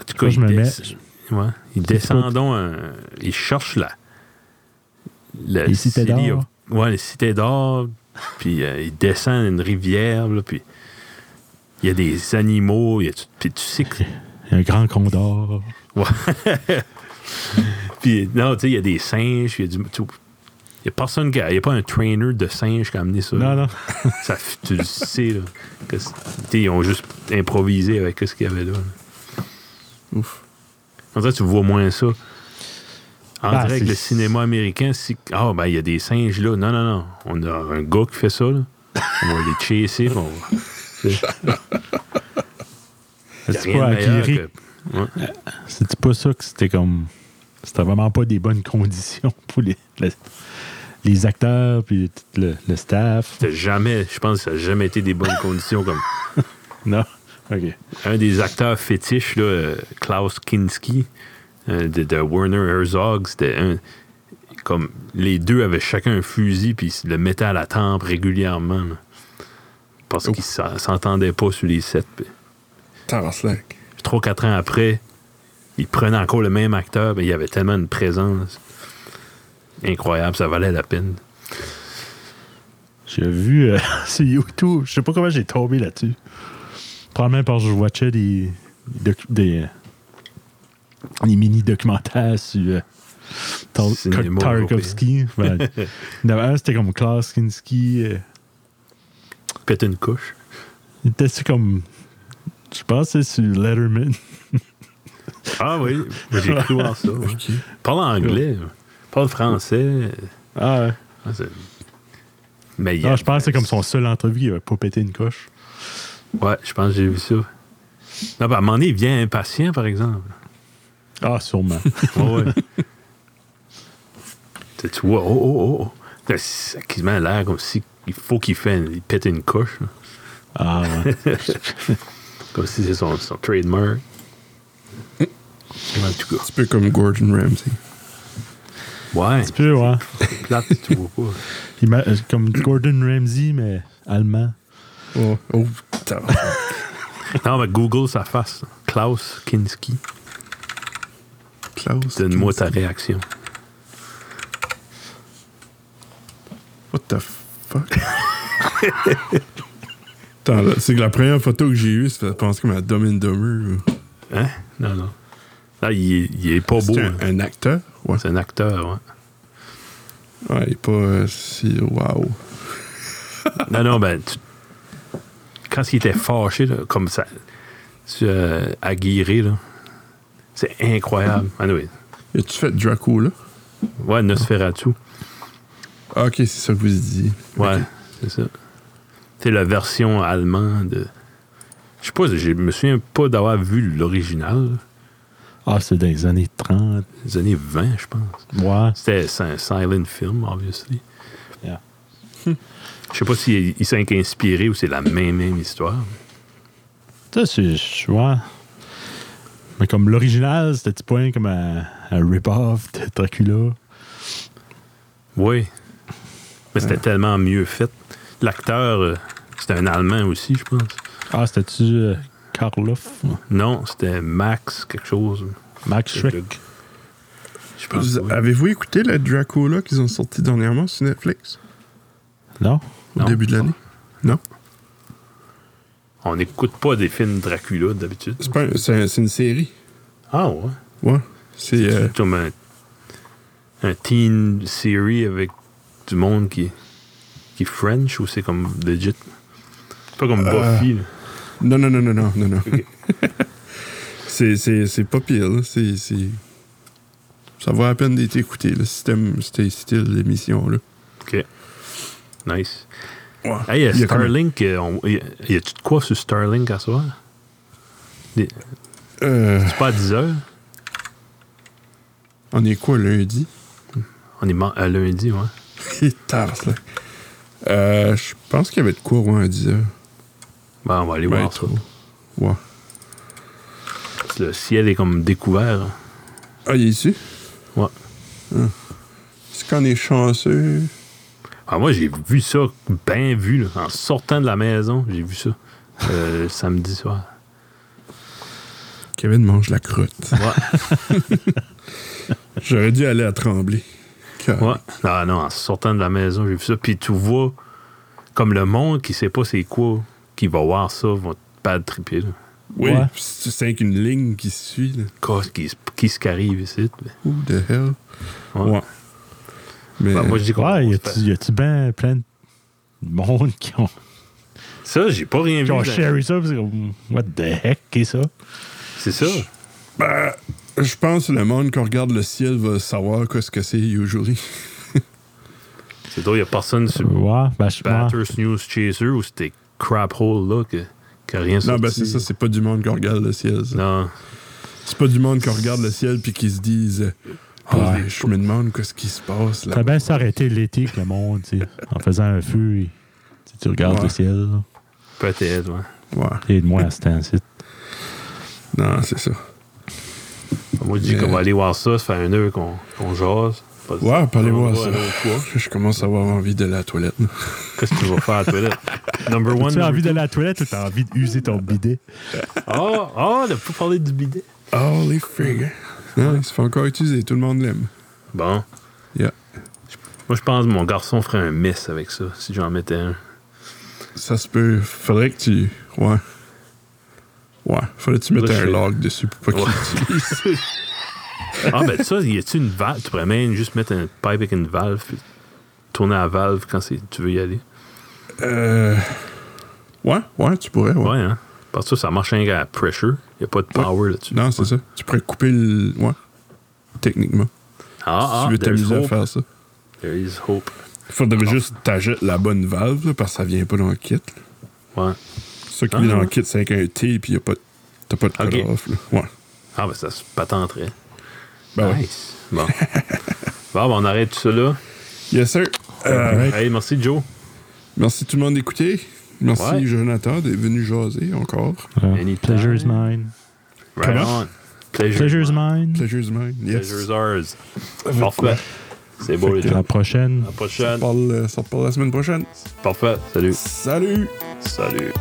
En tout
Moi, je me
il
mets-
desc- ouais, ils descendent, un- ils cherchent euh, la... la
Les cités
cité-
d'or.
Ouais, les cités d'or, puis euh, ils descendent une rivière, là, puis il y a des animaux, il y a tout- puis tu sais que...
Il y a Un grand condor.
Puis non, tu sais, il y a des singes, il y a du... tu- Il n'y a personne qui a, il y a pas un trainer de singes qui a amené ça.
Non, non.
Ça, f- tu le sais, là. que c'est- tu sais, ils ont juste improvisé avec ce qu'il y avait là.
Ouf.
En fait, tu vois moins ça. En
Ben,
direct,
c'est-
le cinéma américain, si. Ah, ben, il y a des singes là. Non, non, non. On a un gars qui fait ça, là. On va les chasser. puis On... va- y a
C'est
rien
pas
de meilleur
Akiri.
que-
C'est pas ça que c'était comme. C'était vraiment pas des bonnes conditions pour les, les, les acteurs puis tout le, le staff.
T'as jamais. Je pense que ça n'a jamais été des bonnes conditions. comme
Non. OK.
Un des acteurs fétiches, là, euh, Klaus Kinski, euh, de, de Werner Herzog, c'était un. Comme les deux avaient chacun un fusil, puis ils se le mettaient à la tempe régulièrement. là. parce
Oh.
qu'ils s'en- s'entendaient pas sur les sets. puis-
Taraslack.
3-4 ans après, ils prenaient encore le même acteur, mais il y avait tellement une présence incroyable, ça valait la peine.
J'ai vu euh, sur YouTube, je sais pas comment j'ai tombé là-dessus. Probablement parce que je watchais des, des, doc- des, euh, des mini-documentaires sur euh, Tar-
Cinéma
Tarkovsky. Ben, il y en avait un, c'était comme Klaus Kinski. euh,
Pète une couche.
il était sur comme. Je pense que c'est sur Letterman.
Ah oui, j'ai cru voir ça. ouais.
OK.
Parle anglais, parle français.
Ah ouais.
Ah, c'est- Mais il y a-
Ah, je pense que c'est comme son seul entrevue, il avait pas pété une coche.
Ouais, je pense que j'ai vu ça. Non, ben, à un moment donné, il vient impatient, par exemple.
Ah, sûrement.
Ouais, ouais. tu tu vois, oh, oh, oh, oh. Là, Ça a quasiment l'air comme si il faut qu'il fait, il pète une couche. là.
ah, ouais.
Comme si c'est son, son trademark. En tout cas.
Un petit peu comme Gordon Ramsay.
Ouais,
Tu peux, ouais.
c'est plate, tu vois pas.
Il m'a- euh, Comme Gordon Ramsay, mais allemand.
Oh, oh tabarnak.
Non, mais Google sa face. Klaus Kinski.
Klaus.
Donne-moi ta réaction.
What the fuck? Attends, là, c'est que la première photo que j'ai eue, ça fait penser comme à Dumb and Dumber. là.
Hein? Non, non. Là, il, est- il est pas Oh, beau.
C'est un,
hein.
un acteur. Ouais.
C'est un acteur, ouais.
Ouais, il est pas euh, si. Waouh.
Non, non, ben, tu- quand il était fâché, là, comme ça, tu, euh, aguirré, là, c'est incroyable. Anyway,
As-tu fait Draco, là
ouais, Nosferatu.
Ah, ok, c'est ça que vous disiez.
Ouais, c'est ça. C'est la version allemande. de- Je sais pas, je me souviens pas d'avoir vu l'original, là,
Ah, c'est dans les années 30.
des années 20, je pense.
Ouais.
C'était c'est un silent film, obviously.
Yeah.
Je sais pas s'il il s'est inspiré ou c'est la même, même histoire.
Ça, c'est. je- Ouais. Mais comme l'original, c'était pas comme un, un rip-off de Dracula.
Oui. Mais c'était tellement mieux fait. L'acteur, euh, c'était un Allemand aussi, je pense.
Ah, c'était-tu euh, Karloff
Non, c'était Max quelque chose.
Max Schreck
Je pense.
Vous-
oui.
Avez-vous écouté la Draco, là, qu'ils ont sorti dernièrement sur Netflix
Non
Au
Non.
début de l'année Non.
On n'écoute pas des films Dracula d'habitude.
C'est pas un- c'est un- c'est une série.
Ah ouais.
Ouais. C'est. euh,
C'est comme un, un teen series avec du monde qui, qui est French ou c'est comme legit? C'est pas comme
Euh.
Buffy. là.
Non, non, non, non, non, non, non.
Ok.
c'est, c'est, c'est pas pire, là. C'est, c'est... Ça vaut la peine d'être écouté, le système, c'était style l'émission, là.
Ok. Nice.
Ouais.
Hey, euh,
Il y a quand même-
Starlink, euh, on- y a- y a-tu de quoi sur Starlink à soir? Des-
Euh,
C'est pas à 10 heures.
on est quoi, lundi?
On est man- à lundi, ouais.
Il est tard, là. Euh, je pense qu'il y avait de quoi, ouais, à 10 heures.
Ben, on va aller
Ouais,
voir ça.
trop. Ouais.
Le ciel est comme découvert.
Ah, il est ici?
Ouais.
Hum. Est-ce qu'on est chanceux?
Ah, moi, j'ai vu ça, bien vu, là. en sortant de la maison, j'ai vu ça euh, le samedi soir.
Kevin mange la croûte.
Ouais,
J'aurais dû aller à Tremblay. Car-
ouais. Ah non, en sortant de la maison, j'ai vu ça. Puis tu vois, comme le monde qui sait pas c'est quoi, qui va voir ça, va pas triper. Là.
Oui,
Ouais.
c'est c'est avec une ligne qui se suit, là.
Qu'est-ce qui, se- qu'est-ce qui arrive ici? mais-
Who the hell?
Ouais.
Ouais. Mais
Ben, moi, je dis qu'on-
Ouais,
on
y
se
a-tu- y a-tu ben plein de monde qui ont,
fait- Ça, j'ai pas rien
qui
vu.
ont
là.
sharé ça? parce que, what the heck, qu'est-ce que c'est ça?
C'est ça.
je pense que le monde qui regarde le ciel va savoir qu'est-ce que c'est usually.
C'est drôle, il a personne sur
Ouais, ben, je ouais.
Batters News Chaser ou c'était crap hole là que, que rien
Non,
sorti.
ben c'est ça, c'est pas du monde qui regarde le ciel. ça.
Non.
C'est pas du monde qui regarde le ciel puis qui se disent Ah, je me demande qu'est-ce qui se passe là.
T'as bien s'arrêter l'été que le monde, tu sais, en faisant un feu, et, tu sais, tu regardes
Ouais.
le ciel. là.
Peut-être, ouais.
Ouais,
Et de moi à ce temps-ci.
non, c'est ça.
Moi, je dis
Mais-
qu'on va aller voir ça, ça fait une heure qu'on qu'on jase. Pas-
Ouais, parlez voir
Ouais,
ça.
ouais, ouais.
Je commence à avoir envie de la toilette. là.
Qu'est-ce que tu vas faire à la toilette? Number one.
Tu as
number
envie
two.
d'aller à la toilette ou t'as envie d'user ton bidet?
Oh, oh, on a pas parlé du bidet.
Holy frig. Non, il se fait encore utiliser, tout le monde l'aime.
Bon.
Yeah.
Moi, je pense que mon garçon ferait un miss avec ça, si j'en mettais un.
Ça se peut. Faudrait que tu. Ouais. Ouais. Faudrait que tu mettes
Là, je
un
sais.
log dessus pour pas qu'il
Ouais. Ah, ben ça, y a-tu une valve? Tu pourrais même juste mettre un pipe avec une valve, puis tourner la valve quand c'est- tu veux y aller.
Euh... Ouais, ouais, tu pourrais, ouais.
Ouais, hein? Parce que ça, ça marche rien qu'à la pressure. Il a pas de power là-dessus.
Non, c'est ça. Tu pourrais couper le... Ouais. Techniquement. si
Ah, ah,
tu veux
there's
t'amuser à
hope.
faire ça.
There is hope.
Faudrait
Ah.
juste que t'ajoutes la bonne valve, là, parce que ça vient pas dans le kit. là.
Ouais.
Ça qui
Ah.
vient dans le kit, c'est avec un T, puis y a pas... de- T'as pas de
Ok.
cut-off, là. Ouais.
Ah, ben ça se patenterait.
Ben ouais.
Nice. Bon. bon, ben, on arrête tout ça là.
Yes, sir. Euh,
Hey, merci, Joe.
Merci tout le monde d'écouter. Merci
Ouais.
Jonathan d'être venu jaser encore.
Euh,
Anytime.
Pleasure is mine.
Right
Comment?
on. Pleasure.
Pleasure is mine.
Pleasure's mine. Yes.
Pleasure's ours. Parfait. C'est beau, les
À
gens.
la prochaine.
À la
euh, Ça
prochaine.
parle, ça parle la semaine prochaine.
Parfait. Salut.
Salut!
Salut.